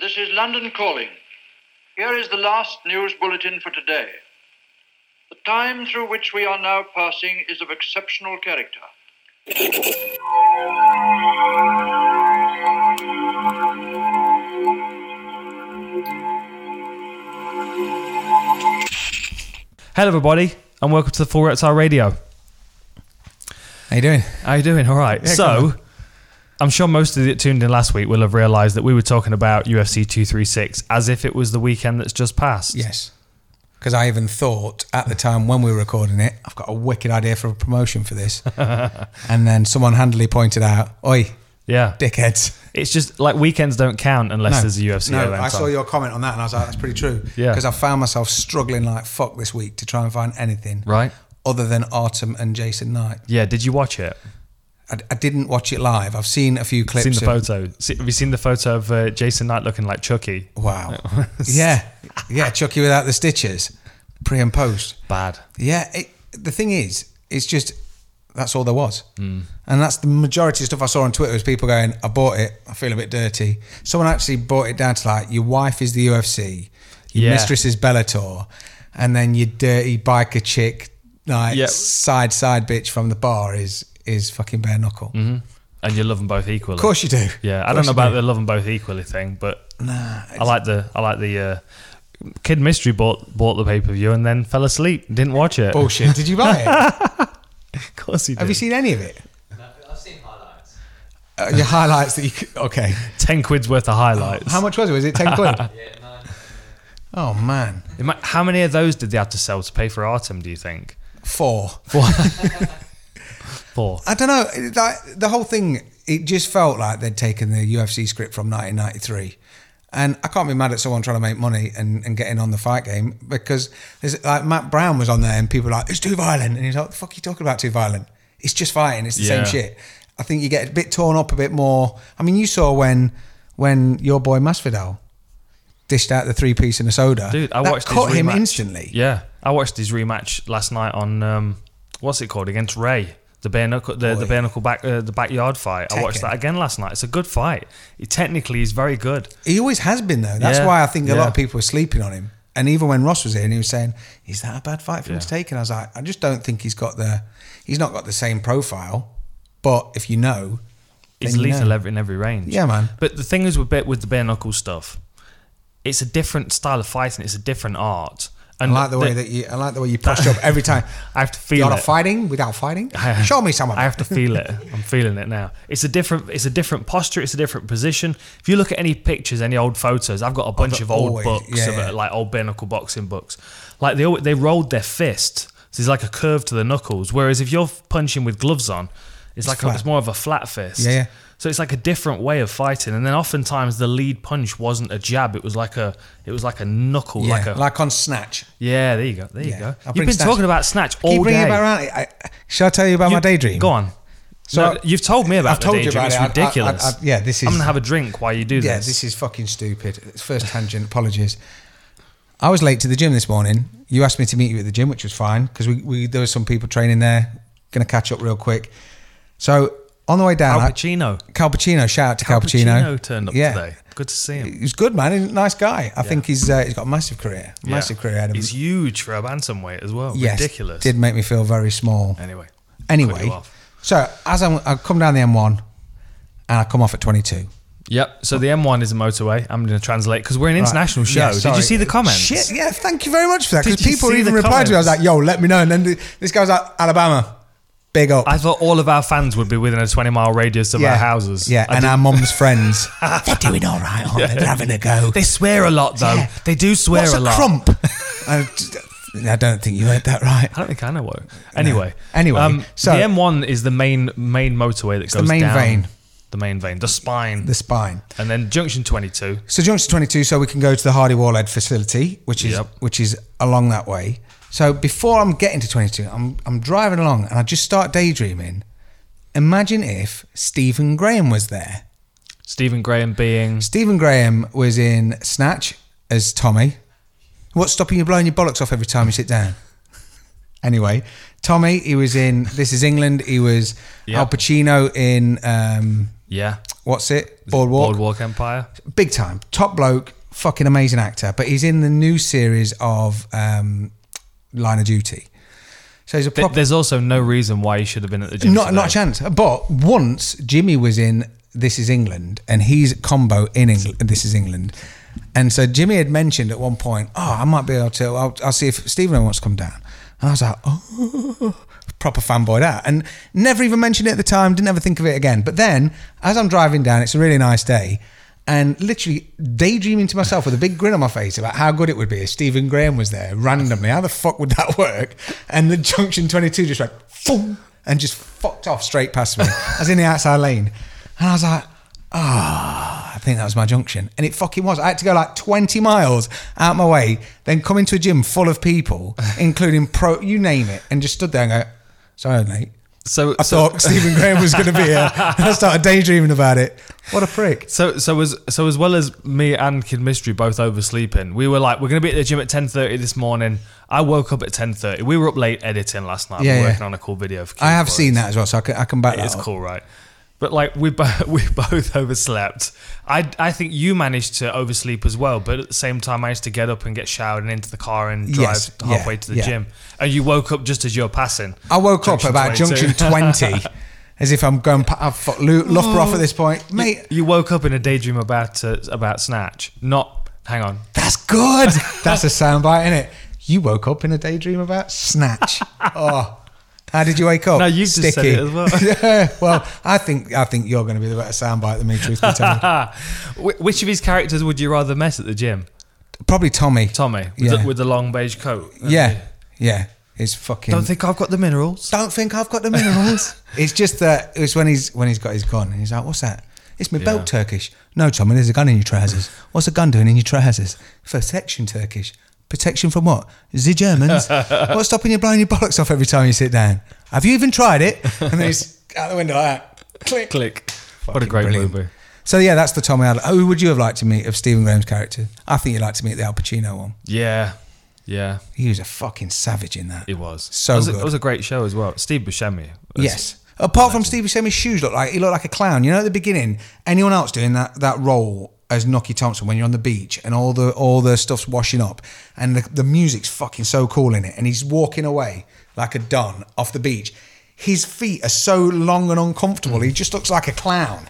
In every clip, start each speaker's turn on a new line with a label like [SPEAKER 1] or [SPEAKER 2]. [SPEAKER 1] This is London Calling. Here is the last news bulletin for today. The time through which we are now passing is of exceptional character.
[SPEAKER 2] Hello, everybody, and welcome to the Full Reptile Radio.
[SPEAKER 3] How you doing?
[SPEAKER 2] How you doing? All right. so, I'm sure most of you that tuned in last week will have realised that we were talking about UFC 236 as if it was the weekend that's just passed.
[SPEAKER 3] Yes. Because I even thought at the time when we were recording it, I've got a wicked idea for a promotion for this. and then someone handily pointed out, Oi,
[SPEAKER 2] Yeah.
[SPEAKER 3] dickheads.
[SPEAKER 2] It's just like weekends don't count unless there's a UFC
[SPEAKER 3] no,
[SPEAKER 2] event.
[SPEAKER 3] I saw
[SPEAKER 2] on.
[SPEAKER 3] your comment on that and I was like, that's pretty true.
[SPEAKER 2] Yeah.
[SPEAKER 3] Because I found myself struggling like fuck this week to try and find anything
[SPEAKER 2] Right.
[SPEAKER 3] other than Autumn and Jason Knight.
[SPEAKER 2] Yeah. Did you watch it?
[SPEAKER 3] I, I didn't watch it live. I've seen a few clips.
[SPEAKER 2] Seen the
[SPEAKER 3] of-
[SPEAKER 2] photo? See- Have you seen the photo of uh, Jason Knight looking like Chucky?
[SPEAKER 3] Wow. yeah. Yeah. Chucky without the stitches, pre and post.
[SPEAKER 2] Bad.
[SPEAKER 3] Yeah, it, the thing is, it's just that's all there was,
[SPEAKER 2] Hmm.
[SPEAKER 3] mm. and that's the majority of stuff I saw on Twitter was people going, "I bought it, I feel a bit dirty." Someone actually bought it down to like, "Your wife is the UFC, your
[SPEAKER 2] Yeah.
[SPEAKER 3] mistress is Bellator, and then your dirty biker chick, like
[SPEAKER 2] Yeah.
[SPEAKER 3] side side bitch from the bar is is fucking bare knuckle." Of
[SPEAKER 2] And you love them both equally. Of
[SPEAKER 3] course you do.
[SPEAKER 2] Mm-hmm. Yeah, I don't
[SPEAKER 3] Of course
[SPEAKER 2] know
[SPEAKER 3] you
[SPEAKER 2] about
[SPEAKER 3] do.
[SPEAKER 2] the love them both equally thing, but I like the I like the uh, Kid Mystery bought bought the pay per view and then fell asleep, didn't watch it.
[SPEAKER 3] bullshit. Did you buy it?
[SPEAKER 2] Of course he did.
[SPEAKER 3] Have you seen any of it?
[SPEAKER 4] I've seen highlights.
[SPEAKER 3] Uh, your highlights that you c okay.
[SPEAKER 2] ten quid's worth of highlights?
[SPEAKER 3] How much was it? Was it ten quid?
[SPEAKER 4] Yeah, no,
[SPEAKER 3] oh man,
[SPEAKER 2] It might- how many of those did they have to sell to pay for Artem? Do you think?
[SPEAKER 3] four.
[SPEAKER 2] Four.
[SPEAKER 3] I don't know. it- Like the whole thing, it just felt like they'd taken the UFC script from 1993. And I can't be mad at someone trying to make money and, and getting on the fight game because there's like Matt Brown was on there and people were like, it's too violent. And he's like, the fuck are you talking about too violent? It's just fighting. It's the
[SPEAKER 2] Yeah.
[SPEAKER 3] same shit. I think you get a bit torn up a bit more. I mean, you saw when when your boy Masvidal dished out the three piece and a soda.
[SPEAKER 2] Dude, I
[SPEAKER 3] that
[SPEAKER 2] watched
[SPEAKER 3] cut
[SPEAKER 2] his
[SPEAKER 3] him
[SPEAKER 2] rematch.
[SPEAKER 3] instantly.
[SPEAKER 2] Yeah, I watched his rematch last night on um, what's it called against Ray. The bare knuckle, the, the
[SPEAKER 3] Oi.
[SPEAKER 2] bare knuckle back, uh, the backyard fight. I watched
[SPEAKER 3] Tekken.
[SPEAKER 2] that again last night. It's a good fight. He technically is very good.
[SPEAKER 3] He always has been though. That's
[SPEAKER 2] Yeah,
[SPEAKER 3] why I think a
[SPEAKER 2] yeah.
[SPEAKER 3] lot of people were sleeping on him. And even when Ross was here and he was saying, "Is that a bad fight for him to
[SPEAKER 2] Yeah.
[SPEAKER 3] take?" And I was like, "I just don't think he's got the, he's not got the same profile." But if you know,
[SPEAKER 2] He's
[SPEAKER 3] then you
[SPEAKER 2] lethal
[SPEAKER 3] know.
[SPEAKER 2] ev- in every range.
[SPEAKER 3] Yeah, man.
[SPEAKER 2] But the thing is with bit with the bare knuckle stuff, it's a different style of fighting. It's a different art.
[SPEAKER 3] I
[SPEAKER 2] And
[SPEAKER 3] like the way that you, I like the way you posture up every time.
[SPEAKER 2] I have to
[SPEAKER 3] You're
[SPEAKER 2] feel
[SPEAKER 3] not
[SPEAKER 2] it.
[SPEAKER 3] fighting without fighting. Show me some of
[SPEAKER 2] I
[SPEAKER 3] it.
[SPEAKER 2] have to feel it. I'm feeling it now. It's a different. It's a different posture. It's a different position. If you look at any pictures, any old photos, I've got a bunch
[SPEAKER 3] got
[SPEAKER 2] of old
[SPEAKER 3] always-
[SPEAKER 2] books
[SPEAKER 3] yeah,
[SPEAKER 2] of it,
[SPEAKER 3] yeah.
[SPEAKER 2] like old bare knuckle boxing books. Like they always, they rolled their fist. So there's like a curve to the knuckles. Whereas if you're punching with gloves on, it's, like a,
[SPEAKER 3] flat.
[SPEAKER 2] it's more of a flat fist.
[SPEAKER 3] Yeah, yeah.
[SPEAKER 2] So it's like a different way of fighting. And then oftentimes the lead punch wasn't a jab. It was like a it was like a knuckle.
[SPEAKER 3] Yeah,
[SPEAKER 2] Like
[SPEAKER 3] like,
[SPEAKER 2] a
[SPEAKER 3] on snatch.
[SPEAKER 2] yeah. There you go. There
[SPEAKER 3] Yeah.
[SPEAKER 2] you go.
[SPEAKER 3] I'll
[SPEAKER 2] You've
[SPEAKER 3] bring
[SPEAKER 2] been
[SPEAKER 3] Snatch.
[SPEAKER 2] talking about snatch all
[SPEAKER 3] Keep bringing
[SPEAKER 2] day.
[SPEAKER 3] it back around. I, shall I tell you about my
[SPEAKER 2] You-
[SPEAKER 3] daydream?
[SPEAKER 2] Go on.
[SPEAKER 3] So-
[SPEAKER 2] no, you've told me about
[SPEAKER 3] I've
[SPEAKER 2] the
[SPEAKER 3] told you
[SPEAKER 2] daydream.
[SPEAKER 3] about
[SPEAKER 2] it's
[SPEAKER 3] it. I- I-
[SPEAKER 2] ridiculous.
[SPEAKER 3] I- I- yeah, this
[SPEAKER 2] I'm
[SPEAKER 3] is-
[SPEAKER 2] gonna have a drink while you do
[SPEAKER 3] Yeah,
[SPEAKER 2] this.
[SPEAKER 3] this is fucking stupid. It's first tangent. Apologies. I was late to the gym this morning. You asked me to meet you at the gym, which was fine because we, we there were some people training there. Going to catch up real quick. So on the way down, I-
[SPEAKER 2] Cappuccino.
[SPEAKER 3] Calpuccino, shout out to Calpuccino.
[SPEAKER 2] Cappuccino turned up today. Good to see him.
[SPEAKER 3] He's good, man. He's a nice guy. I think he's uh, he's got a massive career, massive
[SPEAKER 2] Yeah.
[SPEAKER 3] career. Adam.
[SPEAKER 2] He's huge for a bantamweight as well.
[SPEAKER 3] Yes,
[SPEAKER 2] ridiculous.
[SPEAKER 3] Did make me feel very small.
[SPEAKER 2] Anyway, cut
[SPEAKER 3] Anyway,
[SPEAKER 2] you off.
[SPEAKER 3] so as I'm, I come down the M1, and I come off at 22.
[SPEAKER 2] Yep. So the M1 is a motorway. I'm gonna translate because we're an international
[SPEAKER 3] Right.
[SPEAKER 2] show.
[SPEAKER 3] Yeah,
[SPEAKER 2] Did
[SPEAKER 3] sorry.
[SPEAKER 2] you see the comments?
[SPEAKER 3] Shit, yeah, thank you very much for that. Because
[SPEAKER 2] Did you
[SPEAKER 3] people
[SPEAKER 2] see
[SPEAKER 3] even
[SPEAKER 2] the
[SPEAKER 3] replied to me. I was
[SPEAKER 2] comments?
[SPEAKER 3] like, yo, let me know. And then th- this guy was like, Alabama, big up.
[SPEAKER 2] I thought all of our fans would be within a 20 mile radius of our houses.
[SPEAKER 3] Yeah,
[SPEAKER 2] I
[SPEAKER 3] and
[SPEAKER 2] did-
[SPEAKER 3] our mum's friends. They're doing all right, aren't they? They're having a go.
[SPEAKER 2] they swear a lot though.
[SPEAKER 3] Yeah.
[SPEAKER 2] They do swear
[SPEAKER 3] What's
[SPEAKER 2] a lot.
[SPEAKER 3] crump? I, just- I don't think you heard that right.
[SPEAKER 2] I don't think I know what. Anyway, um,
[SPEAKER 3] Anyway, so-
[SPEAKER 2] the M1 is the main main motorway that goes
[SPEAKER 3] the main
[SPEAKER 2] down
[SPEAKER 3] vein.
[SPEAKER 2] the main vein, the spine,
[SPEAKER 3] The spine.
[SPEAKER 2] and then junction 22.
[SPEAKER 3] So Junction 22, so we can go to the Hardy Warled facility, which is
[SPEAKER 2] Yep.
[SPEAKER 3] which is along that way. So before I'm getting to 22, I'm I'm driving along and I just start daydreaming. Imagine if Stephen Graham was there.
[SPEAKER 2] Stephen Graham being
[SPEAKER 3] Stephen Graham was in Snatch as Tommy. What's stopping you blowing your bollocks off every time you sit down? anyway, Tommy, he was in This Is England. He was
[SPEAKER 2] Yeah.
[SPEAKER 3] Al Pacino in um,
[SPEAKER 2] yeah,
[SPEAKER 3] What's it? Boardwalk.
[SPEAKER 2] Boardwalk Empire.
[SPEAKER 3] Big time. Top bloke. Fucking amazing actor. But he's in the new series of um, Line of Duty. So he's a
[SPEAKER 2] Th-
[SPEAKER 3] proper.
[SPEAKER 2] There's also no reason why you should have been at the gym.
[SPEAKER 3] not
[SPEAKER 2] today.
[SPEAKER 3] not a chance. But once Jimmy was in This Is England, and he's combo in England. This Is England, and so Jimmy had mentioned at one point, "Oh, I might be able to. I'll, I'll see if Stephen wants to come down." And I was like, "Oh." Proper fanboy that, and never even mentioned it at the time. Didn't ever think of it again. But then, as I'm driving down, it's a really nice day, and literally daydreaming to myself with a big grin on my face about how good it would be if Stephen Graham was there randomly. How the fuck would that work? And the Junction 22 just went, boom, and just fucked off straight past me. I was in the outside lane. And I was like, ah, I think that was my junction. And it fucking was. I had to go like 20 miles out my way, then come into a gym full of people, including pro, you name it, and just stood there and go, sorry, mate.
[SPEAKER 2] So
[SPEAKER 3] I
[SPEAKER 2] so,
[SPEAKER 3] thought Stephen Graham was going to be here. And I started daydreaming about it. What a prick.
[SPEAKER 2] So so as so as well as me and Kid Mystery both oversleeping, we were like, we're gonna be at the gym at ten thirty this morning. I woke up at ten thirty. We were up late editing last night,
[SPEAKER 3] Yeah, yeah.
[SPEAKER 2] working on a cool video. For Kid
[SPEAKER 3] I have
[SPEAKER 2] for
[SPEAKER 3] seen
[SPEAKER 2] us.
[SPEAKER 3] that as well, so I can, I can back that
[SPEAKER 2] It's
[SPEAKER 3] up.
[SPEAKER 2] cool, right? But like we both we both overslept. I I think you managed to oversleep as well, but at the same time managed to get up and get showered and into the car and drive
[SPEAKER 3] Yes, yeah,
[SPEAKER 2] halfway to the
[SPEAKER 3] yeah.
[SPEAKER 2] gym. And you woke up just as you were passing.
[SPEAKER 3] I woke up about
[SPEAKER 2] 22.
[SPEAKER 3] junction 20 as if I'm going, pa- I've fucked Lu- Loughborough at this
[SPEAKER 2] Oh.
[SPEAKER 3] point. Mate,
[SPEAKER 2] You woke up in a daydream about uh, about snatch. Not hang on.
[SPEAKER 3] That's good. That's a soundbite, isn't it? You woke up in a daydream about snatch. oh, how did you wake up?
[SPEAKER 2] No, you've just said it as well.
[SPEAKER 3] yeah, well, I think I think you're going to be the better soundbite than me. Truth be told,
[SPEAKER 2] Ah, wh- which of his characters would you rather mess at the gym?
[SPEAKER 3] probably Tommy.
[SPEAKER 2] Tommy with,
[SPEAKER 3] Yeah.
[SPEAKER 2] the, with the long beige coat.
[SPEAKER 3] yeah, yeah. It's fucking.
[SPEAKER 2] Don't think I've got the minerals.
[SPEAKER 3] don't think I've got the minerals. it's just that it's when he's when he's got his gun and he's like, "What's that?" It's my belt Turkish. No, Tommy, there's a gun in your trousers. What's a gun doing in your trousers? Protection Turkish. Protection from what? The Germans. What's stopping you blowing your bollocks off every time you sit down? Have you even tried it? And then he's out the window like that. Click.
[SPEAKER 2] Click. what a
[SPEAKER 3] Fucking
[SPEAKER 2] great
[SPEAKER 3] brilliant.
[SPEAKER 2] movie.
[SPEAKER 3] So yeah, that's the Tommy. I'd, who would you have liked to meet of Stephen Graham's character? I think you'd like to meet the Al Pacino one.
[SPEAKER 2] Yeah. Yeah,
[SPEAKER 3] He was a fucking savage in that.
[SPEAKER 2] it was.
[SPEAKER 3] So
[SPEAKER 2] it was, A,
[SPEAKER 3] good.
[SPEAKER 2] it was a great show as well. Steve Buscemi. was-
[SPEAKER 3] Yes. Apart from Stevie Semi's shoes look like he looked like a clown. You know at the beginning, anyone else doing that that role as Nocky Thompson when you're on the beach and all the all the stuff's washing up and the, the music's fucking so cool in it and he's walking away like a don off the beach. His feet are so long and uncomfortable. He just looks like a clown.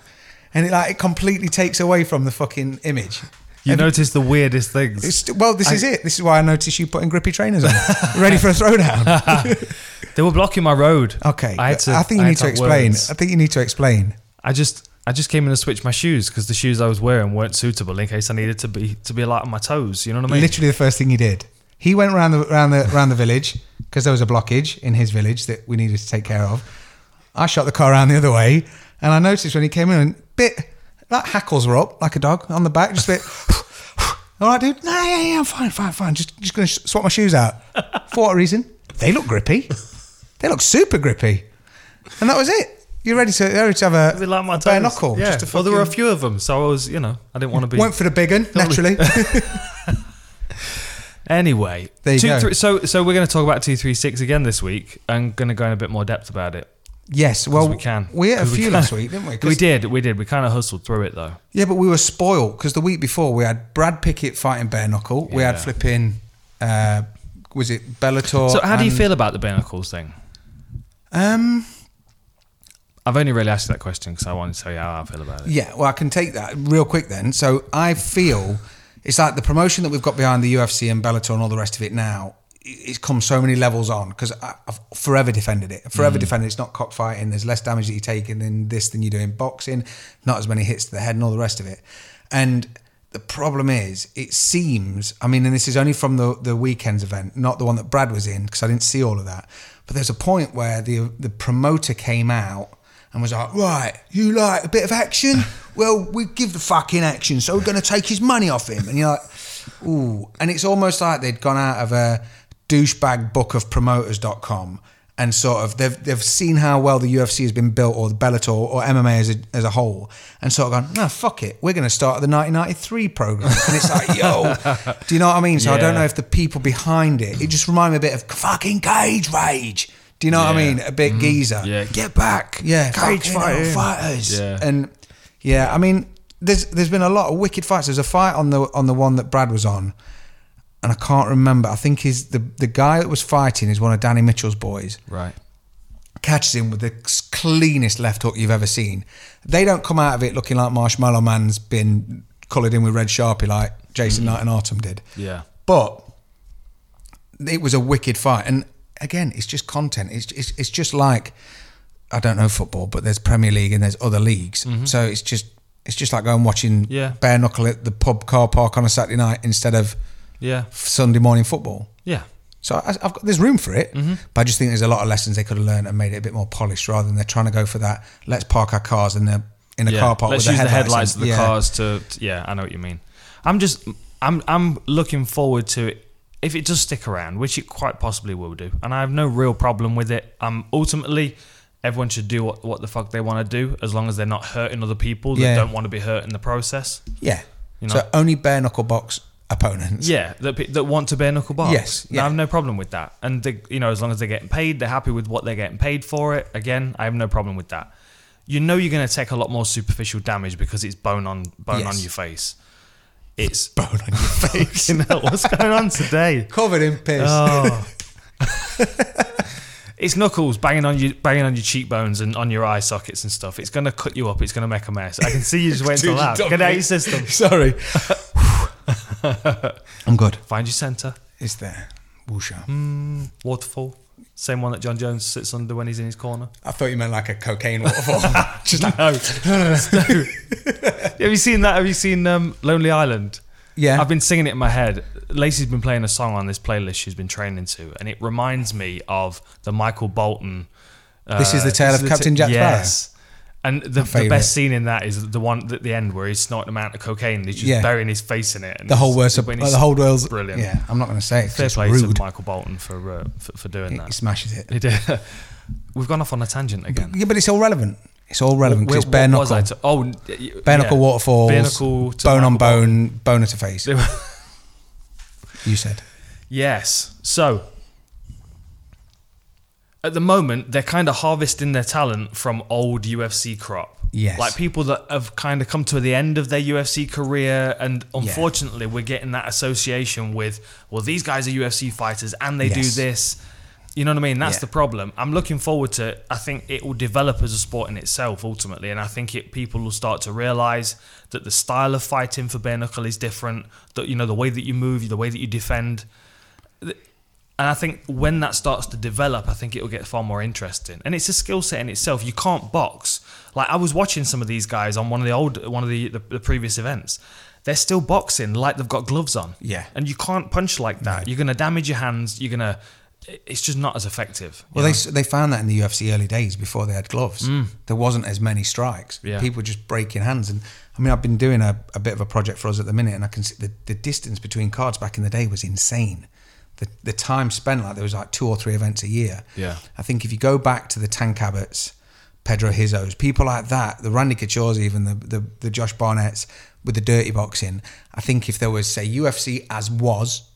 [SPEAKER 3] And it like it completely takes away from the fucking image.
[SPEAKER 2] You notice the weirdest things.
[SPEAKER 3] It's, well, this is it. This is why I noticed you putting grippy trainers on. Ready for a throwdown.
[SPEAKER 2] They were blocking my road.
[SPEAKER 3] Okay.
[SPEAKER 2] I, had to,
[SPEAKER 3] think you
[SPEAKER 2] I had
[SPEAKER 3] need to
[SPEAKER 2] have
[SPEAKER 3] explain.
[SPEAKER 2] words.
[SPEAKER 3] I think you need to explain.
[SPEAKER 2] I just I just came in and switched my shoes because the shoes I was wearing weren't suitable in case I needed to be to be light on my toes. You know what I mean?
[SPEAKER 3] Literally the first thing he did. He went round the round the round the village because there was a blockage in his village that we needed to take care of. I shot the car around the other way, and I noticed when he came in, bit like hackles were up like a dog on the back, just a bit. All right, dude. No, yeah, yeah, I'm fine, fine, fine. Just just gonna sh- swap my shoes out for what reason? They look grippy. They look super grippy, and that was it. You're ready to you're ready to have a,
[SPEAKER 2] Be light on my
[SPEAKER 3] a bare
[SPEAKER 2] toes.
[SPEAKER 3] knuckle.
[SPEAKER 2] Yeah.
[SPEAKER 3] Just to
[SPEAKER 2] well, there were a
[SPEAKER 3] fucking-
[SPEAKER 2] few of them, so I was you know I didn't want to be.
[SPEAKER 3] went for the big one naturally.
[SPEAKER 2] Anyway,
[SPEAKER 3] There you
[SPEAKER 2] two,
[SPEAKER 3] go.
[SPEAKER 2] three- so so we're going to talk about two three six again this week. I'm going to go in a bit more depth about it.
[SPEAKER 3] yes, well,
[SPEAKER 2] we can.
[SPEAKER 3] Oh, We had a
[SPEAKER 2] 'Cause we
[SPEAKER 3] few
[SPEAKER 2] can.
[SPEAKER 3] last week, didn't we? 'Cause-
[SPEAKER 2] We did, we did. We kind of hustled through it though.
[SPEAKER 3] Yeah, but we were spoiled because the week before we had Brad Pickett fighting bare knuckle. We had
[SPEAKER 2] Yeah.
[SPEAKER 3] flipping, uh, was it Bellator?
[SPEAKER 2] So how do you
[SPEAKER 3] and-
[SPEAKER 2] feel about the Benacles thing?
[SPEAKER 3] Um,
[SPEAKER 2] I've only really asked you that question because I wanted to tell you how I feel about it.
[SPEAKER 3] yeah, well, I can take that real quick then. So I feel it's like the promotion that we've got behind the UFC and Bellator and all the rest of it now. i- It's come so many levels on because I've forever defended it. Forever defended it's not cockfighting. There's less damage that you take in- in this than you do in boxing. Not as many hits to the head and all the rest of it. And The problem is, it seems, I mean, and this is only from the, the weekend's event, not the one that Brad was in, because I didn't see all of that. But there's a point where the the promoter came out and was like, right, you like a bit of action? Well, we give the fucking action, so we're going to take his money off him. And you're like, ooh. And it's almost like they'd gone out of a douchebag book of promoters.com and sort of they've they've seen how well the UFC has been built or the Bellator or MMA as a, as a whole and sort of gone no fuck it we're going to start the 1993 program and it's like yo do you know what I mean so I don't
[SPEAKER 2] Yeah.
[SPEAKER 3] know if the people behind it it just reminded me a bit of fucking cage rage do you know what I
[SPEAKER 2] Yeah. Mm-hmm.
[SPEAKER 3] mean a bit geezer
[SPEAKER 2] Yeah.
[SPEAKER 3] get back yeah
[SPEAKER 2] Cage
[SPEAKER 3] fucking hell,
[SPEAKER 2] fighting.
[SPEAKER 3] fighters
[SPEAKER 2] Yeah.
[SPEAKER 3] and Yeah, I mean, there's there's been a lot of wicked fights. There's a fight on the on the one that Brad was on, and I can't remember. I think he's the the guy that was fighting is one of Danny Mitchell's boys.
[SPEAKER 2] Right.
[SPEAKER 3] Catches him with the cleanest left hook you've ever seen. They don't come out of it looking like Marshmallow Man's been coloured in with red sharpie like Jason Knight and Autumn did.
[SPEAKER 2] Yeah.
[SPEAKER 3] But it was a wicked fight. And again, it's just content. It's it's, it's just like I don't know football, but there's Premier League and there's other leagues. So it's just it's just like going watching
[SPEAKER 2] Mm-hmm. Yeah.
[SPEAKER 3] bare knuckle at the pub car park on a Saturday night instead of
[SPEAKER 2] Yeah.
[SPEAKER 3] Sunday morning football.
[SPEAKER 2] Yeah.
[SPEAKER 3] So I, I've got there's room for it,
[SPEAKER 2] Mm-hmm.
[SPEAKER 3] but I just think there's a lot of lessons they could have learned and made it a bit more polished rather than they're trying to go for that. Let's park our cars in the in a
[SPEAKER 2] yeah.
[SPEAKER 3] car park
[SPEAKER 2] Let's
[SPEAKER 3] with
[SPEAKER 2] use
[SPEAKER 3] the headlights,
[SPEAKER 2] of
[SPEAKER 3] and-
[SPEAKER 2] the
[SPEAKER 3] yeah.
[SPEAKER 2] cars to, to- Yeah, I know what you mean. I'm just. I'm. I'm looking forward to it. If it does stick around, which it quite possibly will do, and I have no real problem with it. Um, ultimately, everyone should do what, what the fuck they want to do, as long as they're not hurting other people that
[SPEAKER 3] Yeah.
[SPEAKER 2] don't want to be hurt in the process.
[SPEAKER 3] Yeah.
[SPEAKER 2] You know?
[SPEAKER 3] So only bare knuckle box opponents.
[SPEAKER 2] Yeah, that, pe- that want to bare knuckle box.
[SPEAKER 3] Yes,
[SPEAKER 2] I
[SPEAKER 3] yeah.
[SPEAKER 2] have no problem with that. And they, you know, as long as they're getting paid, they're happy with what they're getting paid for it. Again, I have no problem with that. You know, you're going to take a lot more superficial damage because it's bone on bone
[SPEAKER 3] Yes.
[SPEAKER 2] on your face. It's
[SPEAKER 3] Bone on your face.
[SPEAKER 2] fucking hell, what's going on today?
[SPEAKER 3] Covered in piss.
[SPEAKER 2] Oh. it's knuckles banging on your banging on your cheekbones and on your eye sockets and stuff. It's going to cut you up. It's going to make a mess. I can see you just waiting
[SPEAKER 3] Dude,
[SPEAKER 2] to
[SPEAKER 3] you
[SPEAKER 2] laugh.
[SPEAKER 3] dumped
[SPEAKER 2] Get out
[SPEAKER 3] me.
[SPEAKER 2] your system.
[SPEAKER 3] Sorry. I'm good.
[SPEAKER 2] Find your center.
[SPEAKER 3] It's there. Woosha.
[SPEAKER 2] Hmm. waterfall. Same one that John Jones sits under when he's in his corner.
[SPEAKER 3] I thought you meant like a cocaine waterfall. Just like,
[SPEAKER 2] No. Have you seen that? Have you seen um, Lonely Island?
[SPEAKER 3] Yeah.
[SPEAKER 2] I've been singing it in my head. Lacey's been playing a song on this playlist she's been training to, and it reminds me of the Michael Bolton. uh,
[SPEAKER 3] This is the tale of Captain Jack Sparrow?
[SPEAKER 2] Yes. And the, the
[SPEAKER 3] favourite.
[SPEAKER 2] best scene in that is the one at the end where he's snorting a amount of cocaine. and He's just
[SPEAKER 3] Yeah.
[SPEAKER 2] burying his face in it. And
[SPEAKER 3] the whole
[SPEAKER 2] it's-
[SPEAKER 3] world's
[SPEAKER 2] when
[SPEAKER 3] uh,
[SPEAKER 2] he's-
[SPEAKER 3] the whole world's
[SPEAKER 2] brilliant.
[SPEAKER 3] Yeah, I'm not going to say it. 'cause
[SPEAKER 2] Fair
[SPEAKER 3] It's
[SPEAKER 2] play to
[SPEAKER 3] rude.
[SPEAKER 2] Michael Bolton for, uh, for for doing
[SPEAKER 3] He
[SPEAKER 2] that.
[SPEAKER 3] smashes it.
[SPEAKER 2] He did. We've gone off on a tangent again.
[SPEAKER 3] Yeah, but it's all relevant. It's all relevant
[SPEAKER 2] Where-
[SPEAKER 3] because bare
[SPEAKER 2] what was
[SPEAKER 3] knuckle,
[SPEAKER 2] I to- oh, y- y-
[SPEAKER 3] bare knuckle
[SPEAKER 2] yeah.
[SPEAKER 3] waterfalls,
[SPEAKER 2] Bare knuckle to
[SPEAKER 3] bone on
[SPEAKER 2] Michael Bolton.
[SPEAKER 3] bone, boner to face. You said
[SPEAKER 2] yes. So at the moment, they're kind of harvesting their talent from old UFC crop.
[SPEAKER 3] Yes.
[SPEAKER 2] Like people that have kind of come to the end of their UFC career. And unfortunately, we're getting that association with, well, these guys are UFC fighters and they
[SPEAKER 3] Yes.
[SPEAKER 2] do this. You know what I mean? That's
[SPEAKER 3] Yeah.
[SPEAKER 2] the problem. I'm looking forward to. I think it will develop as a sport in itself ultimately, and I think it people will start to realize that the style of fighting for bare knuckle is different. That you know the way that you move, the way that you defend, and I think when that starts to develop, I think it will get far more interesting. And it's a skill set in itself. You can't box. Like I was watching some of these guys on one of the old, one of the the, the previous events. They're still boxing like they've got gloves on.
[SPEAKER 3] Yeah.
[SPEAKER 2] and you can't punch like that. You're gonna damage your hands. You're gonna. It's just not as effective. you
[SPEAKER 3] Well, they they found that in the UFC early days before they had gloves. There wasn't as many strikes.
[SPEAKER 2] Mm. Yeah.
[SPEAKER 3] People were just breaking hands. And I mean, I've been doing a, a bit of a project for us at the minute, and I can see the, the distance between cards back in the day was insane. The, the time spent, like there was like two or three events a year.
[SPEAKER 2] Yeah.
[SPEAKER 3] I think if you go back to the Tank Abbots, Pedro Hizos, people like that, the Randy Couture's, even the, the the Josh Barnett's with the dirty boxing, I think if there was say UFC as was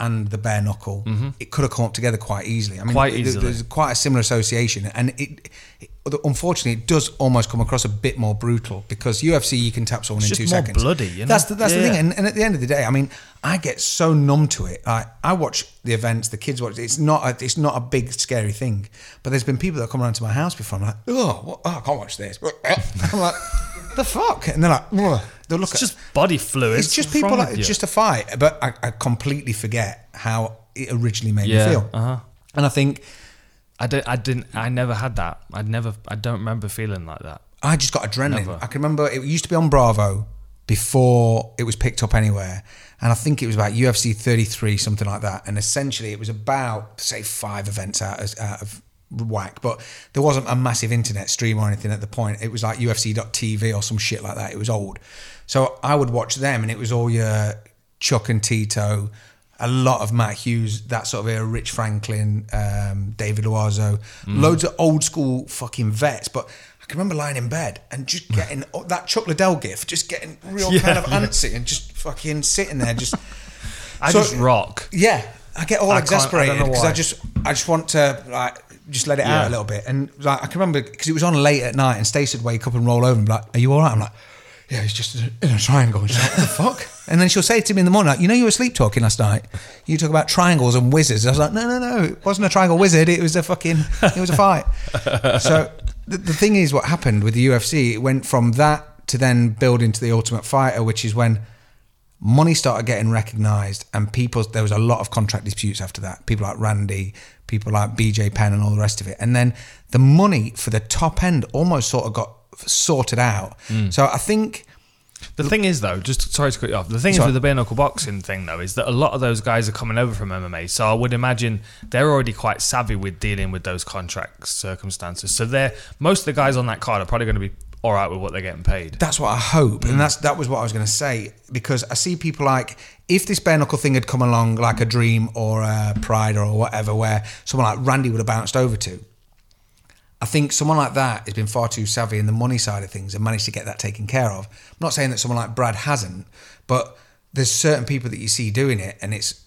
[SPEAKER 3] and the bare knuckle,
[SPEAKER 2] Mm-hmm.
[SPEAKER 3] it could have come up together quite easily. I mean,
[SPEAKER 2] Quite
[SPEAKER 3] th- th-
[SPEAKER 2] easily.
[SPEAKER 3] There's quite a similar association, and it, it unfortunately it does almost come across a bit more brutal because UFC you can tap someone in
[SPEAKER 2] just
[SPEAKER 3] two
[SPEAKER 2] more
[SPEAKER 3] seconds.
[SPEAKER 2] bloody, you know?
[SPEAKER 3] That's the, that's the
[SPEAKER 2] Yeah.
[SPEAKER 3] thing, and, and at the end of the day, I mean, I get so numb to it. I, I watch the events, the kids watch. it. It's not a, it's not a big scary thing, but there's been people that come around to my house before. I'm like, oh, what, oh I can't watch this. I'm like, the fuck, and they're like, "Ugh." they'll look
[SPEAKER 2] It's
[SPEAKER 3] at
[SPEAKER 2] just body fluid.
[SPEAKER 3] it's just people like it's just a fight but I, I completely forget how it originally made
[SPEAKER 2] Yeah,
[SPEAKER 3] me feel
[SPEAKER 2] uh-huh.
[SPEAKER 3] and i think
[SPEAKER 2] I don't. I didn't. I never had that. I never. I don't remember feeling like that.
[SPEAKER 3] i just got adrenaline
[SPEAKER 2] Never.
[SPEAKER 3] i can remember it used to be on bravo before it was picked up anywhere and i think it was about ufc 33 something like that and essentially it was about say five events out of, out of whack but there wasn't a massive internet stream or anything at the point it was like ufc.tv or some shit like that it was old so i would watch them and it was all your Chuck and Tito, a lot of Matt Hughes, that sort of era, Rich Franklin, um, David Oazo, loads of old school fucking vets. But I can remember lying in bed and just getting oh, that Chuck Liddell gift, just getting real kind of antsy and just fucking sitting there, just
[SPEAKER 2] I
[SPEAKER 3] So-
[SPEAKER 2] just rock.
[SPEAKER 3] yeah. I get all
[SPEAKER 2] I can't- I don't
[SPEAKER 3] exasperated
[SPEAKER 2] know
[SPEAKER 3] because I
[SPEAKER 2] why.
[SPEAKER 3] just I just want to like just let it out
[SPEAKER 2] Yeah.
[SPEAKER 3] a little bit. And like I can remember because it was on late at night, and Stacey would wake up and roll over and be like, "Are you all right?" I'm like, "Yeah, it's just in a, in a triangle." And she's like, "What the fuck?" And then she'll say to me in the morning, like, "You know, you were sleep talking last night. You talk about triangles and wizards." I was like, "No, no, no, it wasn't a triangle wizard. It was a fucking, it was a fight." so the, the thing is, what happened with the UFC? It went from that to then build into the Ultimate Fighter, which is when money started getting recognized and people there was a lot of contract disputes after that people like randy people like bj penn and all the rest of it and then the money for the top end almost sort of got sorted out so i think
[SPEAKER 2] The thing is, though, just sorry to cut you off. The thing
[SPEAKER 3] Sorry.
[SPEAKER 2] is with the bare knuckle boxing thing, though, is that a lot of those guys are coming over from MMA, so I would imagine they're already quite savvy with dealing with those contract circumstances. So they're most of the guys on that card are probably going to be all right with what they're getting paid.
[SPEAKER 3] That's what I hope, and that's that was what I was going to say because I see people like if this bare knuckle thing had come along like a dream or a pride or whatever, where someone like Randy would have bounced over to. I think someone like that has been far too savvy in the money side of things and managed to get that taken care of. I'm not saying that someone like Brad hasn't, but there's certain people that you see doing it, and it's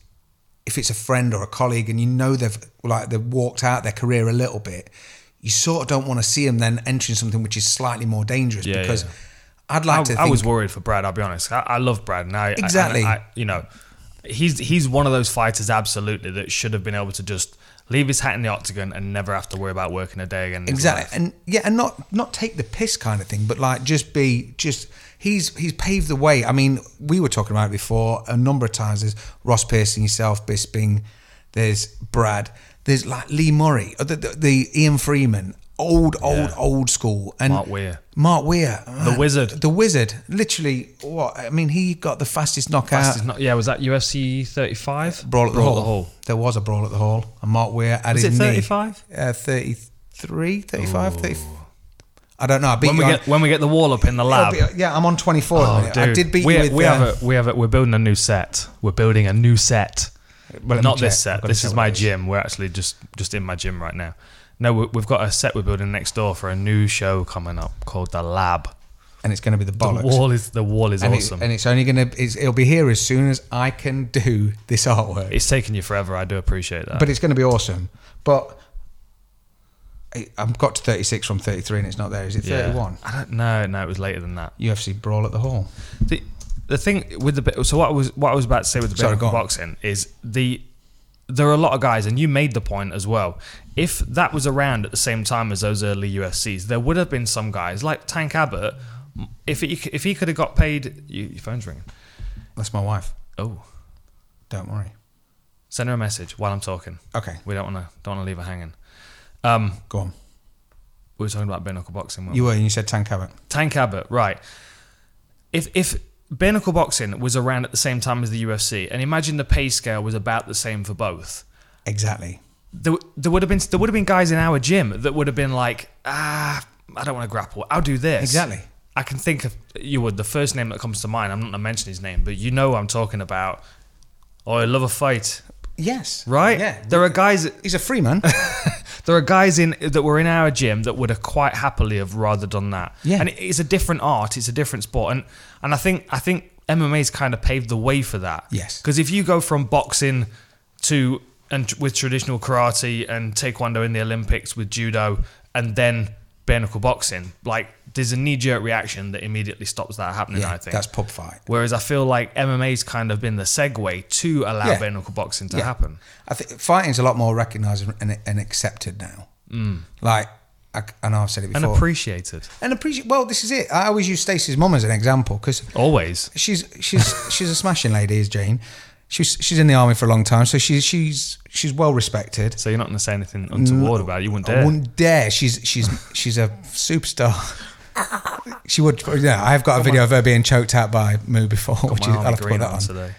[SPEAKER 3] if it's a friend or a colleague and you know they've like they've walked out their career a little bit, you sort of don't want to see them then entering something which is slightly more dangerous
[SPEAKER 2] Yeah,
[SPEAKER 3] because
[SPEAKER 2] yeah.
[SPEAKER 3] I'd like
[SPEAKER 2] I,
[SPEAKER 3] to. Think,
[SPEAKER 2] I was worried for Brad. I'll be honest. I, I love Brad, and I I-
[SPEAKER 3] Exactly.
[SPEAKER 2] I- I- you know, he's he's one of those fighters absolutely that should have been able to just leave his hat in the octagon and never have to worry about working a day again. in his
[SPEAKER 3] exactly,
[SPEAKER 2] life.
[SPEAKER 3] and yeah, and not not take the piss kind of thing, but like just be just he's he's paved the way. I mean, we were talking about it before a number of times. There's Ross Pearson, yourself, Bisping. There's Brad. There's like Lee Murray, uh, the, the, the Ian Freeman, old old old school, and
[SPEAKER 2] Mark Weir.
[SPEAKER 3] Mark Weir, Uh,
[SPEAKER 2] The Wizard.
[SPEAKER 3] the wizard. Literally, what I mean, he got the fastest knockout.
[SPEAKER 2] Fast is not- yeah, was that UFC 35?
[SPEAKER 3] Uh, brawl at the hall. There was a brawl at the hall, and Mark Weir had
[SPEAKER 2] Was
[SPEAKER 3] his
[SPEAKER 2] it
[SPEAKER 3] knee.
[SPEAKER 2] 35?
[SPEAKER 3] Uh, 33, 35, 30 I don't know. I beat
[SPEAKER 2] When
[SPEAKER 3] you
[SPEAKER 2] we
[SPEAKER 3] on-
[SPEAKER 2] get when we get the wall up in the
[SPEAKER 3] I'll
[SPEAKER 2] lab. Oh,
[SPEAKER 3] be- yeah, I'm on 24. at the minute. I did beat
[SPEAKER 2] we,
[SPEAKER 3] you with.
[SPEAKER 2] we
[SPEAKER 3] uh,
[SPEAKER 2] have a we have a, we're building a new set. We're building a new set.
[SPEAKER 3] Well, let me
[SPEAKER 2] Not this
[SPEAKER 3] check. I've
[SPEAKER 2] set.
[SPEAKER 3] gotta
[SPEAKER 2] This
[SPEAKER 3] check
[SPEAKER 2] is
[SPEAKER 3] what
[SPEAKER 2] my
[SPEAKER 3] it is.
[SPEAKER 2] gym. We're actually just just in my gym right now. No, we, we've got a set we're building next door for a new show coming up called the Lab.
[SPEAKER 3] and it's going to be the bollocks.
[SPEAKER 2] The wall is the wall is
[SPEAKER 3] and, it-
[SPEAKER 2] awesome.
[SPEAKER 3] and it's only going to. It'll be here as soon as I can do this artwork.
[SPEAKER 2] it's taken you forever. I do appreciate that.
[SPEAKER 3] but it's going to be awesome. But I, I've got to 36 from 33, and it's not there. Is it 31?
[SPEAKER 2] I don't know. No, it was later than that.
[SPEAKER 3] UFC brawl at the hall.
[SPEAKER 2] the the thing with the bit so what I was what I was about to say with the
[SPEAKER 3] Sorry,
[SPEAKER 2] bit
[SPEAKER 3] go on.
[SPEAKER 2] boxing is the there are a lot of guys and you made the point as well if that was around at the same time as those early UFCs there would have been some guys like Tank Abbott if he if he could have got paid you, your phone's ringing
[SPEAKER 3] That's my wife.
[SPEAKER 2] oh
[SPEAKER 3] Don't worry.
[SPEAKER 2] send her a message while I'm talking
[SPEAKER 3] Okay,
[SPEAKER 2] we don't want to don't want to leave her hanging um
[SPEAKER 3] go on.
[SPEAKER 2] we were talking about bare knuckle boxing weren't we?
[SPEAKER 3] You were, and you said Tank Abbott.
[SPEAKER 2] Tank Abbott, right. If if bare knuckle boxing was around at the same time as the UFC, and imagine the pay scale was about the same for both,
[SPEAKER 3] Exactly.
[SPEAKER 2] there, there would have been there would have been guys in our gym that would have been like, ah, I don't want to grapple. I'll do this
[SPEAKER 3] Exactly.
[SPEAKER 2] I can think of you would the first name that comes to mind. I'm not going to mention his name, but you know who I'm talking about. Oh, I love a fight,
[SPEAKER 3] Yes.
[SPEAKER 2] right?
[SPEAKER 3] Yeah.
[SPEAKER 2] There are guys.
[SPEAKER 3] He's a free man.
[SPEAKER 2] There are guys in that were in our gym that would have quite happily have rather done that.
[SPEAKER 3] Yeah.
[SPEAKER 2] And it's a different art, it's a different sport. And and I think I think MMA's kind of paved the way for that.
[SPEAKER 3] Yes.
[SPEAKER 2] Because if you go from boxing to and tr- with traditional karate and taekwondo in the Olympics with judo and then bare knuckle boxing, like there's a knee jerk reaction that immediately stops that happening,
[SPEAKER 3] Yeah,
[SPEAKER 2] I think.
[SPEAKER 3] that's pub fight.
[SPEAKER 2] Whereas I feel like MMA's kind of been the segue to allow
[SPEAKER 3] Yeah.
[SPEAKER 2] bare knuckle boxing to
[SPEAKER 3] Yeah.
[SPEAKER 2] happen.
[SPEAKER 3] I think fighting's a lot more recognised and, and accepted now. Like, I, I know I've said it
[SPEAKER 2] Mm. And
[SPEAKER 3] before.
[SPEAKER 2] appreciated.
[SPEAKER 3] and appreciate. Well, this is it. I always use Stacey's mum as an example because
[SPEAKER 2] Always.
[SPEAKER 3] she's she's she's a smashing lady, is Jane. She's she's in the army for a long time, so she's she's she's well respected.
[SPEAKER 2] So you're not going to say anything untoward about it. You wouldn't dare.
[SPEAKER 3] I wouldn't dare. She's she's she's a superstar. she would. Yeah, I've got a video of her being choked out by Moo before. Which is,
[SPEAKER 2] Wow,
[SPEAKER 3] I'll have to
[SPEAKER 2] green
[SPEAKER 3] put that on.
[SPEAKER 2] today.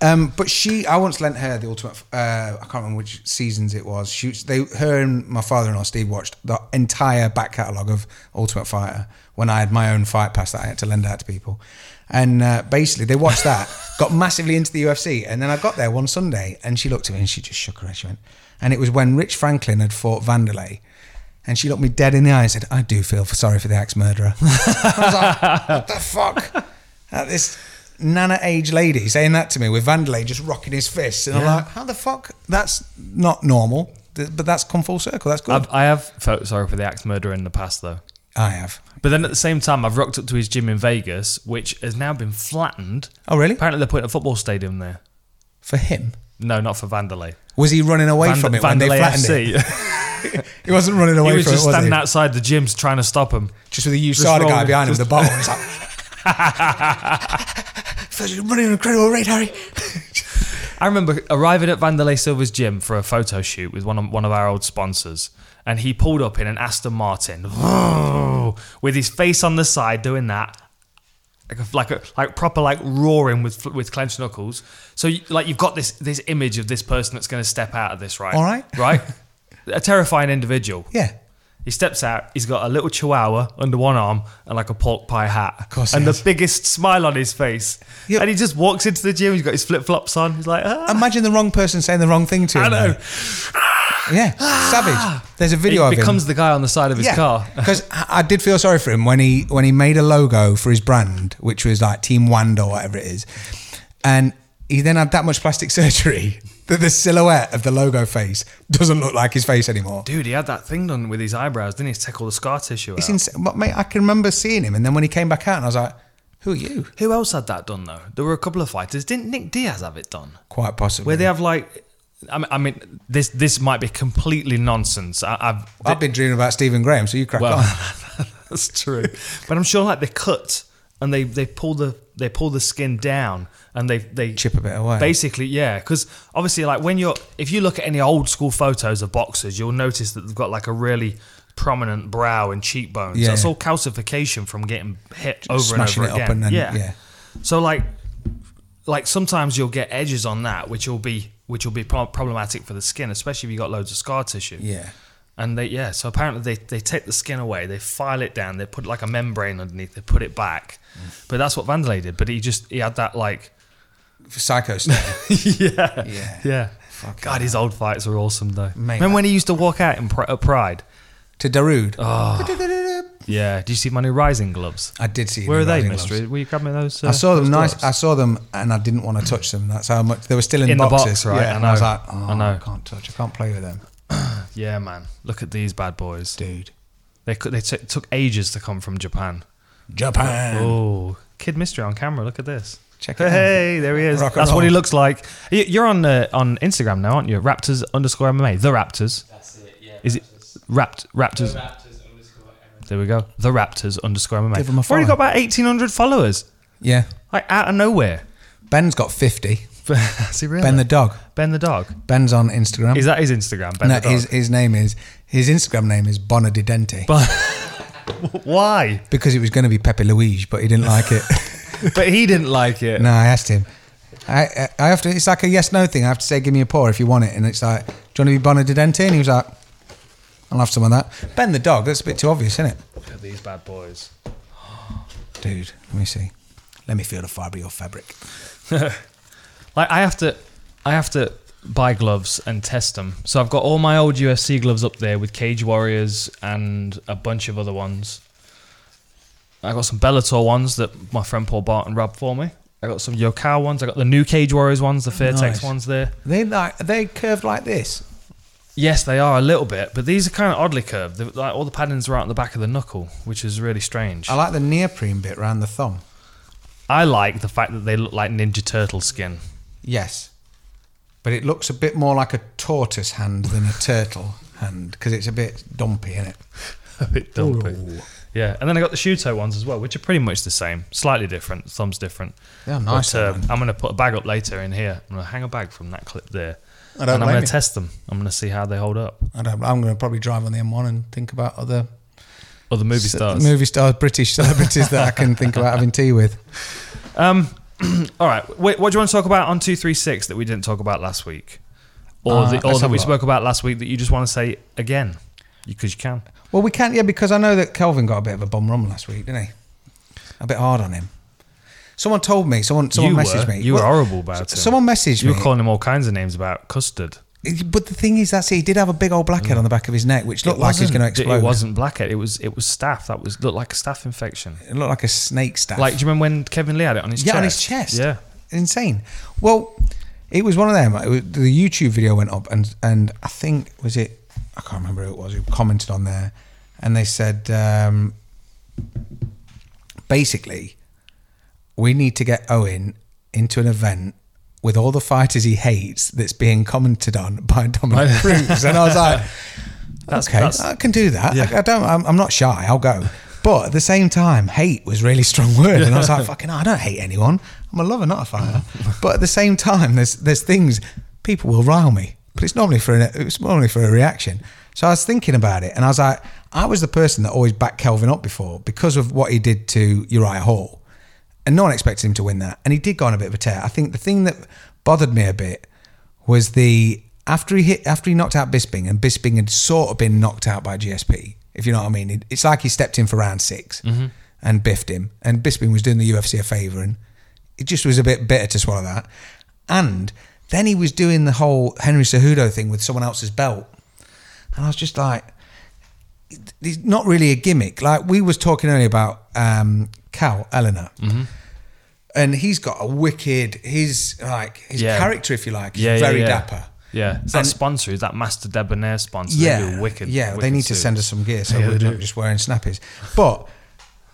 [SPEAKER 3] Um, but she, I once lent her the ultimate. F- Uh, I can't remember which seasons it was. She, was- they, her and my father-in-law Steve watched the entire back catalogue of Ultimate Fighter when I had my own fight pass that I had to lend out to people, and uh, basically they watched that, got massively into the UFC, and then I got there one Sunday and she looked at me and she just shook her head. She went, and it was when Rich Franklin had fought Vanderlei. And she looked me dead in the eye and said, "I do feel for sorry for the axe murderer." what the fuck? Uh, this nana age lady saying that to me with Vandalay just rocking his fists. And I'm like, how the fuck? That's not normal. th- but that's come full circle. That's good.
[SPEAKER 2] I've, I have felt sorry for the axe murderer in the past, though.
[SPEAKER 3] I have.
[SPEAKER 2] But then at the same time, I've rocked up to his gym in Vegas, which has now been flattened.
[SPEAKER 3] Oh, really?
[SPEAKER 2] Apparently, they're putting a football stadium there.
[SPEAKER 3] For him,
[SPEAKER 2] No, not for Vanderlei.
[SPEAKER 3] was he running away
[SPEAKER 2] Van-
[SPEAKER 3] from it when they
[SPEAKER 2] Vanderlei
[SPEAKER 3] flattened it?
[SPEAKER 2] FC.
[SPEAKER 3] He wasn't running away
[SPEAKER 2] he was
[SPEAKER 3] from
[SPEAKER 2] just
[SPEAKER 3] it, was
[SPEAKER 2] standing
[SPEAKER 3] he?
[SPEAKER 2] outside the gyms trying to stop him.
[SPEAKER 3] Just with a
[SPEAKER 2] Just
[SPEAKER 3] USADA guy
[SPEAKER 2] rolling.
[SPEAKER 3] behind him
[SPEAKER 2] Just-
[SPEAKER 3] with a bottle. He's like, "Fudge, you're running an incredible rate, Harry.
[SPEAKER 2] I remember arriving at Vanderlei Silva's gym for a photo shoot with one of, one of our old sponsors, and he pulled up in an Aston Martin with his face on the side doing that. Like, a, like, a, like proper like roaring with with clenched knuckles. So you, like you've got this this image of this person that's going to step out of this, right?
[SPEAKER 3] All right.
[SPEAKER 2] right? A terrifying individual.
[SPEAKER 3] Yeah.
[SPEAKER 2] He steps out. He's got a little chihuahua under one arm and like a pork pie hat, of
[SPEAKER 3] course he
[SPEAKER 2] and the
[SPEAKER 3] has.
[SPEAKER 2] biggest smile on his face.
[SPEAKER 3] Yeah.
[SPEAKER 2] And he just walks into the gym. He's got his flip flops on. He's like, ah.
[SPEAKER 3] Imagine the wrong person saying the wrong thing to him.
[SPEAKER 2] I know.
[SPEAKER 3] though. Yeah, savage. There's a video
[SPEAKER 2] He
[SPEAKER 3] of him.
[SPEAKER 2] becomes the guy on the side of his car.
[SPEAKER 3] Because I I did feel sorry for him when he when he made a logo for his brand, which was like Team Wand or whatever it is, and he then had that much plastic surgery that the silhouette of the logo face doesn't look like his face anymore.
[SPEAKER 2] Dude, he had that thing done with his eyebrows, didn't he? To take all the scar tissue out.
[SPEAKER 3] It's insane. But mate, I can remember seeing him, and then when he came back out, and I was like, "Who are you?"
[SPEAKER 2] Who else had that done though? There were a couple of fighters. Didn't Nick Diaz have it done?
[SPEAKER 3] Quite possibly.
[SPEAKER 2] Where they have like, I mean, I mean this this might be completely nonsense. I, I've
[SPEAKER 3] I've been dreaming about Stephen Graham, so you crack
[SPEAKER 2] well,
[SPEAKER 3] on.
[SPEAKER 2] that's true. But I'm sure like they cut and they they pull the they pull the skin down and they they
[SPEAKER 3] Chip a bit away.
[SPEAKER 2] Basically, yeah, because obviously, like when you're if you look at any old school photos of boxers, you'll notice that they've got like a really prominent brow and cheekbones.
[SPEAKER 3] Yeah.
[SPEAKER 2] That's all calcification from getting hit over and
[SPEAKER 3] smashing
[SPEAKER 2] over
[SPEAKER 3] it
[SPEAKER 2] again.
[SPEAKER 3] up and then-
[SPEAKER 2] yeah.
[SPEAKER 3] yeah.
[SPEAKER 2] So like, like sometimes you'll get edges on that, which will be which will be pro- problematic for the skin, especially if you have got loads of scar tissue.
[SPEAKER 3] Yeah.
[SPEAKER 2] And they yeah, so apparently they, they take the skin away, they file it down, they put like a membrane underneath, they put it back. But that's what Vanderlei did. But he just he had that like
[SPEAKER 3] Psycho style.
[SPEAKER 2] yeah.
[SPEAKER 3] Yeah.
[SPEAKER 2] Yeah.
[SPEAKER 3] Fucking
[SPEAKER 2] God, his old fights are awesome though.
[SPEAKER 3] Mate,
[SPEAKER 2] Remember when he used to walk out in Pri- at Pride?
[SPEAKER 3] to Darude.
[SPEAKER 2] Ah. Yeah. Did you see my new Rising gloves?
[SPEAKER 3] I did see.
[SPEAKER 2] Where
[SPEAKER 3] the
[SPEAKER 2] are they,
[SPEAKER 3] Rising
[SPEAKER 2] Mystery?
[SPEAKER 3] Gloves.
[SPEAKER 2] Were you grabbing those? Uh,
[SPEAKER 3] I saw them
[SPEAKER 2] those
[SPEAKER 3] nice.
[SPEAKER 2] gloves?
[SPEAKER 3] I saw them, and I didn't want to touch them. That's how much they were still in,
[SPEAKER 2] In the box,
[SPEAKER 3] boxes,
[SPEAKER 2] right,
[SPEAKER 3] Yeah,
[SPEAKER 2] I
[SPEAKER 3] and I was
[SPEAKER 2] know.
[SPEAKER 3] like, oh,
[SPEAKER 2] I
[SPEAKER 3] I,
[SPEAKER 2] know.
[SPEAKER 3] can't touch. I can't play with them,
[SPEAKER 2] Yeah, man. Look at these bad boys.
[SPEAKER 3] dude.
[SPEAKER 2] They cou- they took took ages to come from Japan.
[SPEAKER 3] Japan.
[SPEAKER 2] Oh, Kid Mystery on camera. Look at this.
[SPEAKER 3] Check
[SPEAKER 2] hey,
[SPEAKER 3] it out.
[SPEAKER 2] hey, there he is.
[SPEAKER 3] Rock and
[SPEAKER 2] That's what he
[SPEAKER 3] roll.
[SPEAKER 2] looks like. Y- You're on uh, on Instagram now, aren't you? Raptors underscore MMA. The Raptors.
[SPEAKER 4] That's it, yeah.
[SPEAKER 2] Is it
[SPEAKER 4] Raptors.
[SPEAKER 2] Rapt
[SPEAKER 4] The
[SPEAKER 2] Raptors?
[SPEAKER 4] Raptors underscore Aaron.
[SPEAKER 2] There we go. The Raptors underscore MMA.
[SPEAKER 3] Give 'em a
[SPEAKER 2] We've already got
[SPEAKER 3] follow.
[SPEAKER 2] about 1,800 followers.
[SPEAKER 3] Yeah.
[SPEAKER 2] Like out of nowhere.
[SPEAKER 3] Ben's got fifty.
[SPEAKER 2] Is he really?
[SPEAKER 3] Ben the dog.
[SPEAKER 2] ben the dog.
[SPEAKER 3] Ben's on Instagram.
[SPEAKER 2] Is that his Instagram? Ben
[SPEAKER 3] no,
[SPEAKER 2] the dog.
[SPEAKER 3] his his name is his Instagram name is Bonadidente
[SPEAKER 2] Why?
[SPEAKER 3] because it was going to be Pepe Luigi, but he didn't like it.
[SPEAKER 2] But he didn't like it.
[SPEAKER 3] no, I asked him. I, I I have to. It's like a yes no thing. I have to say, give me a paw if you want it, and it's like, do you want to be Bonadidente? And he was like, I'll have some of that. Ben the dog. That's a bit too obvious, isn't it?
[SPEAKER 2] Look at these bad boys.
[SPEAKER 3] Dude, let me see. Let me feel the fibre of your fabric.
[SPEAKER 2] Like I have to, I have to buy gloves and test them. So I've got all my old UFC gloves up there with Cage Warriors and a bunch of other ones. I got some Bellator ones that my friend Paul Barton rubbed for me. I got some Yokao ones. I got the new Cage Warriors ones, the Fairtex
[SPEAKER 3] Nice.
[SPEAKER 2] ones there.
[SPEAKER 3] They like they curved like this.
[SPEAKER 2] Yes, they are a little bit, but these are kind of oddly curved. They're- Like all the paddings are out on the back of the knuckle, which is really strange.
[SPEAKER 3] I like the neoprene bit around the thumb.
[SPEAKER 2] I like the fact that they look like Ninja Turtle skin.
[SPEAKER 3] Yes, but it looks a bit more like a tortoise hand than a turtle hand because it's a bit dumpy, is it?
[SPEAKER 2] a bit dumpy. Yeah, and then I got the Shuto ones as well, which are pretty much the same, slightly different. Thumbs different.
[SPEAKER 3] They are nice,
[SPEAKER 2] But, uh,
[SPEAKER 3] though, man.
[SPEAKER 2] I'm going to put a bag up later in here. I'm going to hang a bag from that clip there,
[SPEAKER 3] I don't
[SPEAKER 2] and I'm
[SPEAKER 3] blame
[SPEAKER 2] going
[SPEAKER 3] you.
[SPEAKER 2] to test them. I'm going to see how they hold up.
[SPEAKER 3] I don't, I'm going to probably drive on the M1 and think about other
[SPEAKER 2] Other movie
[SPEAKER 3] ce-
[SPEAKER 2] stars.
[SPEAKER 3] movie stars, British celebrities that I can think about having tea with.
[SPEAKER 2] Um, all right. Wait, what do you want to talk about on two three six that we didn't talk about last week, or
[SPEAKER 3] Uh,
[SPEAKER 2] the,
[SPEAKER 3] let's
[SPEAKER 2] or that
[SPEAKER 3] have a
[SPEAKER 2] we
[SPEAKER 3] look.
[SPEAKER 2] spoke about last week that you just want to say again because you can.
[SPEAKER 3] Well, we can't, yeah, because I know that Kelvin got a bit of a bum rum last week, didn't he? A bit hard on him. Someone told me. Someone, someone
[SPEAKER 2] you
[SPEAKER 3] messaged
[SPEAKER 2] were
[SPEAKER 3] me.
[SPEAKER 2] you were
[SPEAKER 3] Well,
[SPEAKER 2] horrible about it.
[SPEAKER 3] Someone messaged
[SPEAKER 2] you
[SPEAKER 3] me.
[SPEAKER 2] were calling him all kinds of names about custard.
[SPEAKER 3] But the thing is, that's it. He did have a big old blackhead on the back of his neck, which looked like he's
[SPEAKER 2] wasn't-
[SPEAKER 3] going to explode.
[SPEAKER 2] It wasn't blackhead. It was it was staph. That was looked like a staph infection.
[SPEAKER 3] It looked like a snake staff.
[SPEAKER 2] Like, do you remember when Kevin Lee had it on his
[SPEAKER 3] yeah,
[SPEAKER 2] chest?
[SPEAKER 3] on his chest.
[SPEAKER 2] Yeah.
[SPEAKER 3] Insane. Well, It was one of them. It was, the YouTube video went up, and and I think was it. I can't remember who it was who commented on there, and they said um, basically we need to get Owen into an event with all the fighters he hates that's being commented on by Dominic Cruz, and I was like,
[SPEAKER 2] That's-
[SPEAKER 3] okay,
[SPEAKER 2] that's-
[SPEAKER 3] I can do that.
[SPEAKER 2] Yeah.
[SPEAKER 3] I, I don't. I'm, I'm not shy. I'll go. But at the same time, hate was a really strong word, and I was like, "Fucking, hell, I don't hate anyone. I'm a lover, not a fighter." but at the same time, there's there's things people will rile me, but it's normally for an, it's normally for a reaction. So I was thinking about it, and I was like, I was the person that always backed Kelvin up before because of what he did to Uriah Hall and no one expected him to win that. And he did go on a bit of a tear. I think the thing that bothered me a bit was the after he hit after he knocked out Bisping, and Bisping had sort of been knocked out by GSP, if you know what I mean. It- It's like he stepped in for round 6 and biffed him, and Bisping was doing the UFC a favour, and it just was a bit bitter to swallow that. And then he was doing the whole Henry Cejudo thing with someone else's belt, and I was just like, it's not really a gimmick. Like we was talking earlier about um, Cal Eleanor,
[SPEAKER 2] Mm-hmm.
[SPEAKER 3] and he's got a wicked. His like his
[SPEAKER 2] Yeah.
[SPEAKER 3] character, if you like, is
[SPEAKER 2] yeah,
[SPEAKER 3] very
[SPEAKER 2] yeah, yeah.
[SPEAKER 3] dapper.
[SPEAKER 2] Yeah, it's that
[SPEAKER 3] And-
[SPEAKER 2] sponsor, is that Master Debonair sponsor.
[SPEAKER 3] Yeah,
[SPEAKER 2] they do wicked.
[SPEAKER 3] Yeah, they
[SPEAKER 2] wicked
[SPEAKER 3] need to
[SPEAKER 2] suits.
[SPEAKER 3] send us some gear so we're not just wearing snappies. But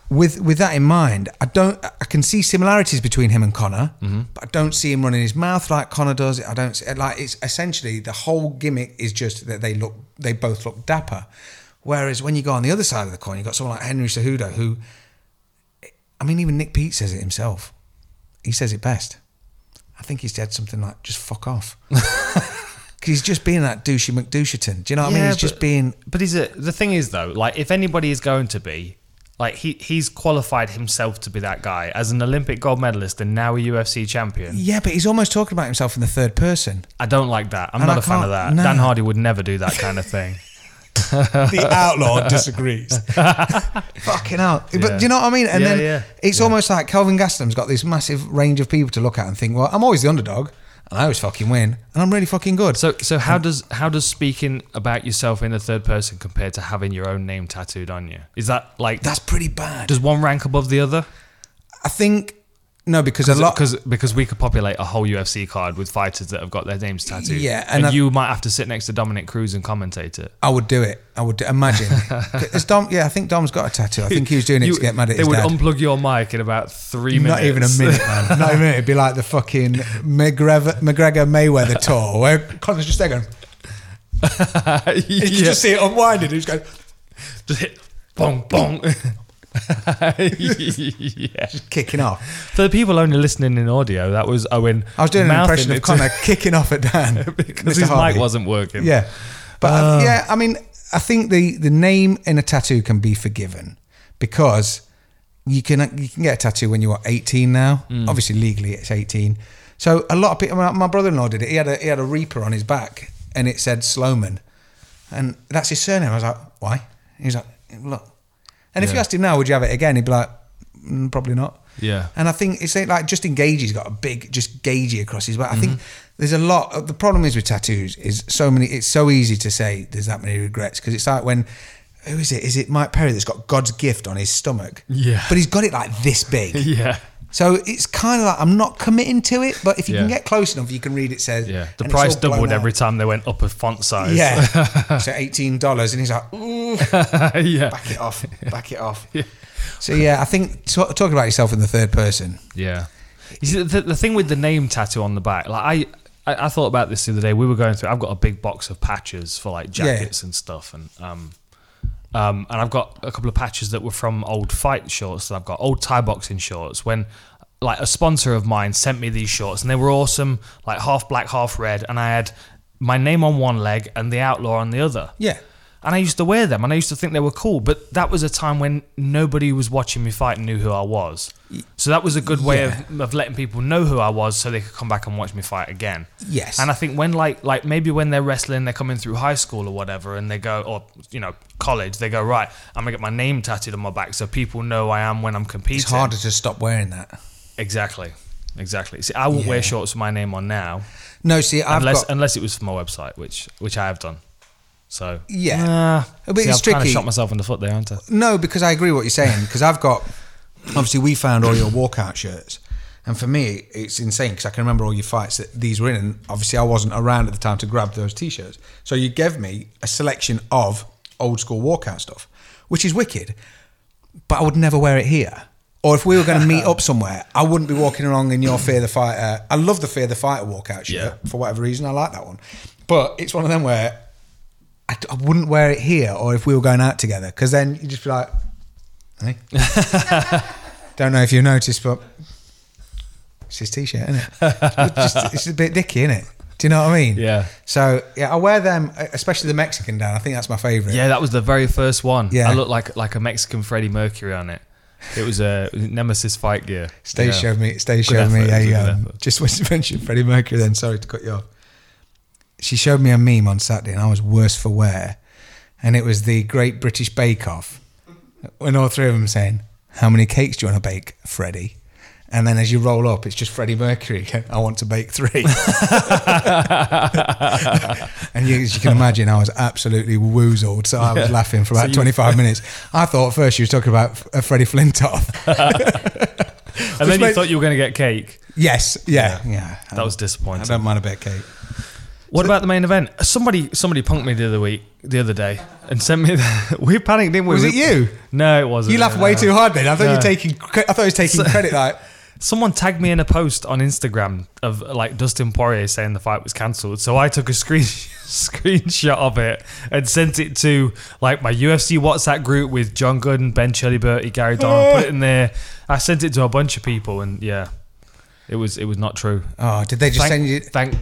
[SPEAKER 3] with with that in mind, I don't. I can see similarities between him and Connor,
[SPEAKER 2] Mm-hmm.
[SPEAKER 3] but I don't see him running his mouth like Connor does. I don't see, like it's essentially the whole gimmick is just that they look they both look dapper. Whereas when you go on the other side of the coin, you've got someone like Henry Cejudo, who, I mean, even Nick Pete says it himself. He says it best. I think he said something like, just fuck off. 'Cause he's just being that douchey McDoucherton. Do you know what I mean? He's just
[SPEAKER 2] but-
[SPEAKER 3] being
[SPEAKER 2] But he's a, the thing is though, like if anybody is going to be, like he he's qualified himself to be that guy as an Olympic gold medalist and now a UFC champion.
[SPEAKER 3] Yeah, but he's almost talking about himself in the third person.
[SPEAKER 2] I don't like that. I'm
[SPEAKER 3] And
[SPEAKER 2] not
[SPEAKER 3] I
[SPEAKER 2] a fan of
[SPEAKER 3] can't-
[SPEAKER 2] that.
[SPEAKER 3] no.
[SPEAKER 2] Dan Hardy would never do that kind of thing.
[SPEAKER 3] The outlaw disagrees. Fucking hell. But
[SPEAKER 2] Yeah.
[SPEAKER 3] do you know what I mean? And
[SPEAKER 2] Yeah,
[SPEAKER 3] then
[SPEAKER 2] yeah.
[SPEAKER 3] it's almost like Kelvin Gastelum's got this massive range of people to look at and think, well, I'm always the underdog and I always fucking win and I'm really fucking good.
[SPEAKER 2] So so how does how does speaking about yourself in the third person compare to having your own name tattooed on you? Is that like
[SPEAKER 3] that's pretty bad.
[SPEAKER 2] does one rank above the other?
[SPEAKER 3] I think, no, because a lot.
[SPEAKER 2] because because we could populate a whole UFC card with fighters that have got their names tattooed.
[SPEAKER 3] Yeah,
[SPEAKER 2] and,
[SPEAKER 3] and I-
[SPEAKER 2] you might have to sit next to Dominic Cruz and commentate it.
[SPEAKER 3] I would do it. I would do, imagine. It's Dom, yeah, I think Dom's got a tattoo. I think he was doing it
[SPEAKER 2] You-
[SPEAKER 3] to get mad
[SPEAKER 2] they
[SPEAKER 3] at his
[SPEAKER 2] would
[SPEAKER 3] dad.
[SPEAKER 2] unplug your mic in about three minutes.
[SPEAKER 3] Not even a minute, man. Not even a minute. It'd be like the fucking McGregor, McGregor Mayweather tour where Connor's just there going,
[SPEAKER 2] you
[SPEAKER 3] you can just see it unwinding. He's going,
[SPEAKER 2] just hit bong bong. yeah.
[SPEAKER 3] kicking off.
[SPEAKER 2] For the people only listening in audio, that was Owen.
[SPEAKER 3] I was doing an
[SPEAKER 2] mouthing
[SPEAKER 3] impression
[SPEAKER 2] it
[SPEAKER 3] of
[SPEAKER 2] to-
[SPEAKER 3] Connor kicking off at Dan
[SPEAKER 2] because
[SPEAKER 3] Mr.
[SPEAKER 2] his
[SPEAKER 3] Harvey.
[SPEAKER 2] mic wasn't Oh. working.
[SPEAKER 3] Yeah, but uh, yeah, I mean, I think the the name in a tattoo can be forgiven because you can you can get a tattoo when you are 18 now.
[SPEAKER 2] Hmm.
[SPEAKER 3] Obviously, legally it's 18. So a lot of people. My, my brother-in-law did it. He had a he had a reaper on his back, and it said Sloman, and that's his surname. I was like, why? He was like, look. And if you
[SPEAKER 2] Yeah.
[SPEAKER 3] asked him now, would you have it again? He'd be like, mm, probably not.
[SPEAKER 2] Yeah.
[SPEAKER 3] And I think it's like Justin Gagey's got a big, just Gagey across his back. I
[SPEAKER 2] Mm-hmm.
[SPEAKER 3] think there's a lot. The problem is with tattoos is so many. It's so easy to say there's that many regrets because it's like when who is it? Is it Mike Perry that's got God's gift on his stomach?
[SPEAKER 2] Yeah.
[SPEAKER 3] But he's got it like this big.
[SPEAKER 2] Yeah.
[SPEAKER 3] So it's kind of like I'm not committing to it, but if you can
[SPEAKER 2] Yeah.
[SPEAKER 3] get close enough, you can read it says.
[SPEAKER 2] Yeah. The
[SPEAKER 3] and it's
[SPEAKER 2] price
[SPEAKER 3] all blown
[SPEAKER 2] doubled
[SPEAKER 3] out.
[SPEAKER 2] every time they went up a font size.
[SPEAKER 3] Yeah. so eighteen dollars, and he's like, ooh,
[SPEAKER 2] yeah.
[SPEAKER 3] back it off, back it off. So yeah, I think t- talking about yourself in the third person.
[SPEAKER 2] Yeah. You see, the, the thing with the name tattoo on the back, like I, I, I thought about this the other day. We were going through. I've got a big box of patches for like
[SPEAKER 3] Yeah.
[SPEAKER 2] jackets and stuff, and um, um, and I've got a couple of patches that were from old fight shorts that I've got, old tie boxing shorts. When like a sponsor of mine sent me these shorts, and they were awesome, like half black, half red, and I had my name on one leg and the outlaw on the other.
[SPEAKER 3] Yeah.
[SPEAKER 2] And I used to wear them and I used to think they were cool, but that was a time when nobody was watching me fight and knew who I was. So that was a good way of, of letting people know who I was so they could come back and watch me fight again.
[SPEAKER 3] Yes.
[SPEAKER 2] And I think when like like maybe when they're wrestling, they're coming through high school or whatever and they go or you know, college, they go, Right, I'm gonna get my name tattooed on my back so people know I am when I'm competing.
[SPEAKER 3] It's harder to stop wearing that.
[SPEAKER 2] Exactly. Exactly. See I won't
[SPEAKER 3] Yeah.
[SPEAKER 2] wear shorts with my name on now.
[SPEAKER 3] No, see, I've
[SPEAKER 2] unless
[SPEAKER 3] got.
[SPEAKER 2] unless it was for my website, which which I have done. So
[SPEAKER 3] Yeah.
[SPEAKER 2] nah,
[SPEAKER 3] But
[SPEAKER 2] see, I've
[SPEAKER 3] it's
[SPEAKER 2] kind of
[SPEAKER 3] tricky.
[SPEAKER 2] shot myself in the foot there, haven't I?
[SPEAKER 3] No, because I agree what you're saying. Because I've got. Obviously, we found all your walkout shirts, And for me, it's insane because I can remember all your fights that these were in. And obviously, I wasn't around at the time to grab those t shirts. So you gave me a selection of old school walkout stuff, which is wicked, but I would never wear it here. Or if we were going to meet up somewhere, I wouldn't be walking along in your Fear the Fighter. I love the Fear the Fighter walkout shirt
[SPEAKER 2] Yeah.
[SPEAKER 3] for whatever reason. I like that one. But it's one of them where I, I wouldn't wear it here or if we were going out together because then you'd just be like, hey. Don't know if you noticed, but it's his t-shirt, isn't it? Just, it's a bit dicky, isn't it? Do you know what I mean?
[SPEAKER 2] Yeah.
[SPEAKER 3] So yeah, I wear them, e, especially the Mexican down. I think that's my favourite.
[SPEAKER 2] Yeah, that was the very first one.
[SPEAKER 3] Yeah.
[SPEAKER 2] I looked like like a Mexican Freddie Mercury on it. It was a Nemesis fight gear.
[SPEAKER 3] Stay
[SPEAKER 2] Yeah.
[SPEAKER 3] showed me. Stay showed me.
[SPEAKER 2] effort,
[SPEAKER 3] Yeah,
[SPEAKER 2] good
[SPEAKER 3] yeah.
[SPEAKER 2] effort.
[SPEAKER 3] Just when you mentioned Freddie Mercury, then sorry to cut you off. She showed me a meme on Saturday, and I was worse for wear. And it was the Great British Bake Off, when all three of them saying, "How many cakes do you want to bake, Freddie?" And then as you roll up, it's just Freddie Mercury. going, I want to bake three. and you, as you can imagine, I was absolutely woozled. So I was laughing for about 25 minutes. I thought at first she was talking about a Freddie Flintoff.
[SPEAKER 2] And then you
[SPEAKER 3] makes-
[SPEAKER 2] thought you were going to get cake.
[SPEAKER 3] Yes. Yeah. Yeah.
[SPEAKER 2] That was
[SPEAKER 3] Oh. I
[SPEAKER 2] disappointing.
[SPEAKER 3] don't mind a bit of cake.
[SPEAKER 2] What about the main event? Somebody somebody punked me the other week, the other day, and sent me. The, we panicked, didn't we?
[SPEAKER 3] Was
[SPEAKER 2] We-
[SPEAKER 3] it you?
[SPEAKER 2] No, it wasn't.
[SPEAKER 3] You laughed
[SPEAKER 2] No,
[SPEAKER 3] way
[SPEAKER 2] no.
[SPEAKER 3] too hard then. I thought you
[SPEAKER 2] No.
[SPEAKER 3] were taking. cre- I thought he was taking credit. Like,
[SPEAKER 2] Someone tagged me in a post on Instagram of like Dustin Poirier saying the fight was cancelled. So I took a screen screenshot of it and sent it to like my UFC WhatsApp group with John Gooden, Ben Chiliberti, Gary Doran. put it in there. I sent it to a bunch of people, and yeah, it was it was not true.
[SPEAKER 3] oh, did they just
[SPEAKER 2] Thank,
[SPEAKER 3] send you?
[SPEAKER 2] thank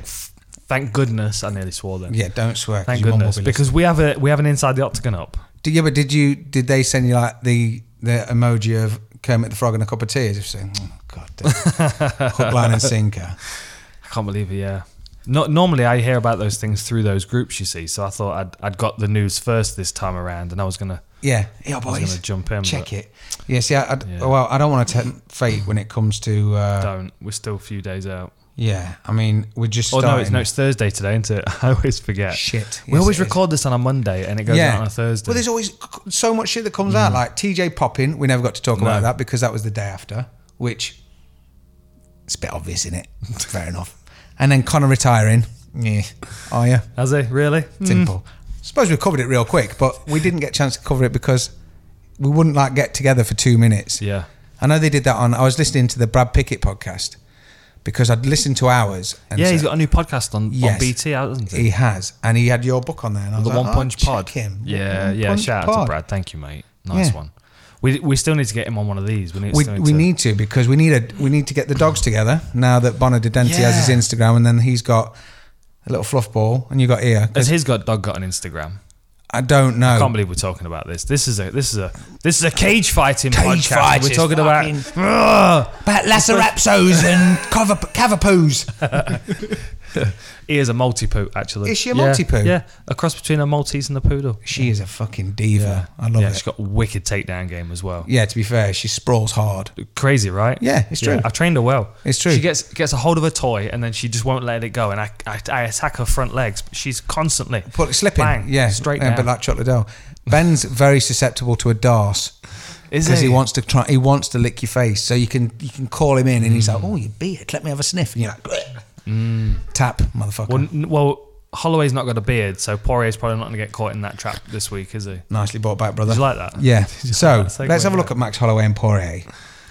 [SPEAKER 2] thank goodness I nearly swore then.
[SPEAKER 3] Yeah, don't swear. 'cause
[SPEAKER 2] Thank
[SPEAKER 3] your mum will
[SPEAKER 2] goodness
[SPEAKER 3] be
[SPEAKER 2] because we have a we have an inside the octagon up.
[SPEAKER 3] listening. Did, yeah, but did you? Did they send you like the the emoji of Kermit the Frog and a cup of tea? As if saying, oh, God, damn. hook, line, and sinker.
[SPEAKER 2] I can't believe it. Yeah. Not normally I hear about those things through those groups you see, so I thought I'd I'd got the news first this time around, and I was gonna
[SPEAKER 3] Yeah, yeah,
[SPEAKER 2] I was
[SPEAKER 3] boys.
[SPEAKER 2] gonna jump in.
[SPEAKER 3] Check
[SPEAKER 2] but
[SPEAKER 3] it. Yeah, see, I, I,
[SPEAKER 2] Yeah.
[SPEAKER 3] well, I don't want to tempt fate when it comes to. Uh,
[SPEAKER 2] Don't. We're still a few days out.
[SPEAKER 3] yeah, I mean, we're just.
[SPEAKER 2] Oh
[SPEAKER 3] starting.
[SPEAKER 2] no, it's no, it's Thursday today, isn't it? I always forget.
[SPEAKER 3] Shit.
[SPEAKER 2] We
[SPEAKER 3] Yes,
[SPEAKER 2] always
[SPEAKER 3] it is.
[SPEAKER 2] record this on a Monday, and it goes out on a Thursday. Mm.
[SPEAKER 3] Well, there's always c- so much shit that comes out. Like TJ Poppin, we never got to talk about
[SPEAKER 2] No.
[SPEAKER 3] that because that was the day after, which it's a bit obvious, isn't it? Fair enough. And then Connor retiring. Yeah. Are you?
[SPEAKER 2] Has he really?
[SPEAKER 3] Simple. Suppose we covered it real quick, but we didn't get a chance to cover it because we wouldn't like get together for two minutes.
[SPEAKER 2] Yeah.
[SPEAKER 3] I know they did that on. I was listening to the Brad Pickett podcast because I'd listened to ours. And
[SPEAKER 2] Yeah,
[SPEAKER 3] so-
[SPEAKER 2] he's got a new podcast on, on
[SPEAKER 3] Yes.
[SPEAKER 2] BT, hasn't he?
[SPEAKER 3] he has, and he had your book on there. And I was
[SPEAKER 2] the
[SPEAKER 3] like,
[SPEAKER 2] One
[SPEAKER 3] oh,
[SPEAKER 2] Punch
[SPEAKER 3] check
[SPEAKER 2] Pod.
[SPEAKER 3] Him.
[SPEAKER 2] Yeah,
[SPEAKER 3] One
[SPEAKER 2] yeah.
[SPEAKER 3] Punch
[SPEAKER 2] Shout out to
[SPEAKER 3] Pod.
[SPEAKER 2] Brad. Thank you, mate. Nice
[SPEAKER 3] Yeah.
[SPEAKER 2] one. We, we still need to get him on one of these. We need,
[SPEAKER 3] we,
[SPEAKER 2] still need
[SPEAKER 3] we
[SPEAKER 2] to,
[SPEAKER 3] need to because we need a we need to get the dogs together now that Bono de Denti has
[SPEAKER 2] Yeah.
[SPEAKER 3] his Instagram and then he's got a little fluff ball and you got here.
[SPEAKER 2] Has his got dog got an Instagram?
[SPEAKER 3] I don't know.
[SPEAKER 2] Can't believe we're talking about this. This is a this is a this is a cage fighting podcast.
[SPEAKER 3] fight
[SPEAKER 2] we're
[SPEAKER 3] is
[SPEAKER 2] talking
[SPEAKER 3] fucking-
[SPEAKER 2] about.
[SPEAKER 3] But Lacerapsos and cover Cavapoos.
[SPEAKER 2] He is a multi poo, actually.
[SPEAKER 3] Is she a
[SPEAKER 2] Yeah,
[SPEAKER 3] multi-poo?
[SPEAKER 2] Yeah, a cross between a Maltese and a poodle.
[SPEAKER 3] She is a fucking diva. I love
[SPEAKER 2] yeah,
[SPEAKER 3] it.
[SPEAKER 2] she's got a wicked takedown game as well.
[SPEAKER 3] yeah, to be fair, she sprawls hard.
[SPEAKER 2] Crazy, right?
[SPEAKER 3] Yeah, it's true.
[SPEAKER 2] I've trained her well.
[SPEAKER 3] It's true.
[SPEAKER 2] She gets gets a hold of a toy and then she just won't let it go. And I I, I attack her front legs. But she's constantly
[SPEAKER 3] Put slipping.
[SPEAKER 2] bang,
[SPEAKER 3] yeah,
[SPEAKER 2] straight
[SPEAKER 3] yeah,
[SPEAKER 2] down.
[SPEAKER 3] but like chocolate dough. Ben's very susceptible to a darse
[SPEAKER 2] is
[SPEAKER 3] because he wants to try. He wants to lick your face, so you can you can call him in, and he's
[SPEAKER 2] Mm.
[SPEAKER 3] like, "Oh, you beard, let me have a sniff," and you're like, "Tap, motherfucker."
[SPEAKER 2] Well, n- well, Holloway's not got a beard, so Poirier's probably not going to get caught in that trap this week, is he?
[SPEAKER 3] Nicely brought back, brother.
[SPEAKER 2] Did you like that?
[SPEAKER 3] Yeah.
[SPEAKER 2] you
[SPEAKER 3] So
[SPEAKER 2] like that segue?
[SPEAKER 3] let's have a look at Max Holloway and Poirier,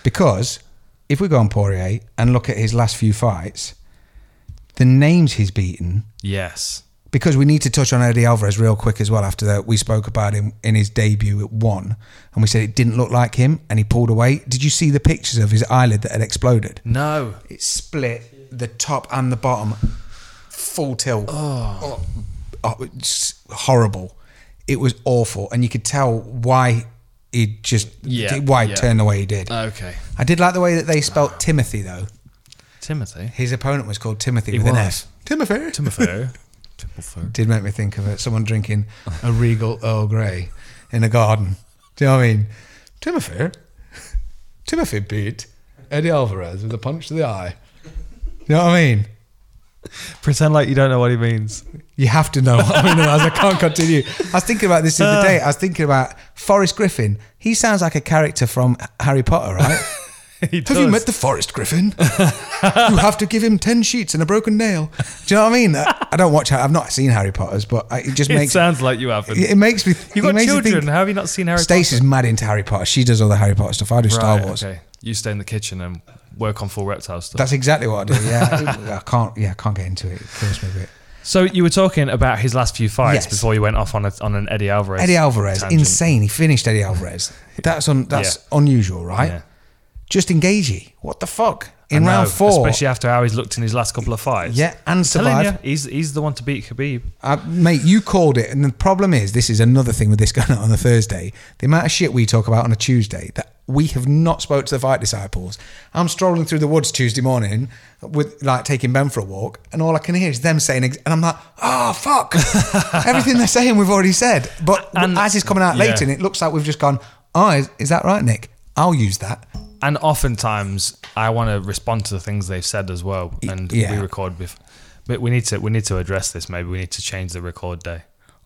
[SPEAKER 3] because if we go on Poirier and look at his last few fights, the names he's beaten.
[SPEAKER 2] Yes.
[SPEAKER 3] Because we need to touch on Eddie Alvarez real quick as well. After that, we spoke about him in his debut at one, and we said it didn't look like him, and he pulled away. Did you see the pictures of his eyelid that had exploded?
[SPEAKER 2] No.
[SPEAKER 3] It split the top and the bottom, full tilt. Oh. oh, it's horrible. It was awful, and you could tell why he just
[SPEAKER 2] Yeah,
[SPEAKER 3] why he
[SPEAKER 2] yeah. Uh.
[SPEAKER 3] turned the way he did.
[SPEAKER 2] Okay.
[SPEAKER 3] I did like the way that they spelt Timothy though.
[SPEAKER 2] Timothy.
[SPEAKER 3] His opponent was called Timothy
[SPEAKER 2] He
[SPEAKER 3] with an
[SPEAKER 2] was.
[SPEAKER 3] F. Timothy.
[SPEAKER 2] Timothy. Timothy.
[SPEAKER 3] did make me think of it. Someone drinking a regal Earl Grey in a garden. Do you know what I mean? Timothy, Timothy beat Eddie Alvarez with a punch to the eye. You know what I mean?
[SPEAKER 2] Pretend like you don't know what he means.
[SPEAKER 3] You have to know. I mean, otherwise I can't continue. I was thinking about this the
[SPEAKER 2] Uh.
[SPEAKER 3] other day. I was thinking about Forrest Griffin. He sounds like a character from Harry Potter, right?
[SPEAKER 2] He
[SPEAKER 3] Have you
[SPEAKER 2] does.
[SPEAKER 3] met the forest griffin? you have to give him 10 sheets and a broken nail. Do you know what I mean? Uh, I, I don't watch, Har- I've not seen Harry Potter's, but I, it just
[SPEAKER 2] It
[SPEAKER 3] makes
[SPEAKER 2] sounds like you haven't.
[SPEAKER 3] it makes me.
[SPEAKER 2] You
[SPEAKER 3] it
[SPEAKER 2] uh, got
[SPEAKER 3] makes me
[SPEAKER 2] children.
[SPEAKER 3] think-
[SPEAKER 2] How have you not seen Harry
[SPEAKER 3] Stacey's mad into Harry Potter. She does all the Harry Potter stuff. I do
[SPEAKER 2] Potter?
[SPEAKER 3] Star
[SPEAKER 2] Right,
[SPEAKER 3] Wars.
[SPEAKER 2] Okay. You stay in the kitchen and work on full reptile stuff.
[SPEAKER 3] That's exactly what I do. Yeah, I can't. Yeah, I can't get into it. It kills me a bit.
[SPEAKER 2] so you were talking about his last few fights
[SPEAKER 3] Yes.
[SPEAKER 2] before you went off on a, on an Eddie Alvarez.
[SPEAKER 3] Eddie Alvarez,
[SPEAKER 2] tangent.
[SPEAKER 3] insane. He finished Eddie Alvarez. That's un, that's
[SPEAKER 2] Yeah.
[SPEAKER 3] unusual, right?
[SPEAKER 2] Yeah.
[SPEAKER 3] Justin Gagey. What the fuck? In
[SPEAKER 2] I
[SPEAKER 3] round
[SPEAKER 2] know,
[SPEAKER 3] four.
[SPEAKER 2] especially after how he's looked in his last couple of fights.
[SPEAKER 3] Yeah, and
[SPEAKER 2] Telling
[SPEAKER 3] survived.
[SPEAKER 2] you, he's he's the one to beat Khabib.
[SPEAKER 3] Uh, mate, you called it. And the problem is, this is another thing with this going on on a Thursday. The amount of shit we talk about on a Tuesday that we have not spoke to the Fight Disciples. I'm strolling through the woods Tuesday morning with like taking Ben for a walk, and all I can hear is them saying, ex- and I'm like, oh, fuck. Everything they're saying, we've already said. But
[SPEAKER 2] And-
[SPEAKER 3] as is coming out later,
[SPEAKER 2] yeah.
[SPEAKER 3] and it looks like we've just gone, oh, is, is that right, Nick? I'll use that.
[SPEAKER 2] And oftentimes, I want to respond to the things they've said as well. And
[SPEAKER 3] yeah.
[SPEAKER 2] we record before, but we need to we need to address this. Maybe we need to change the record day.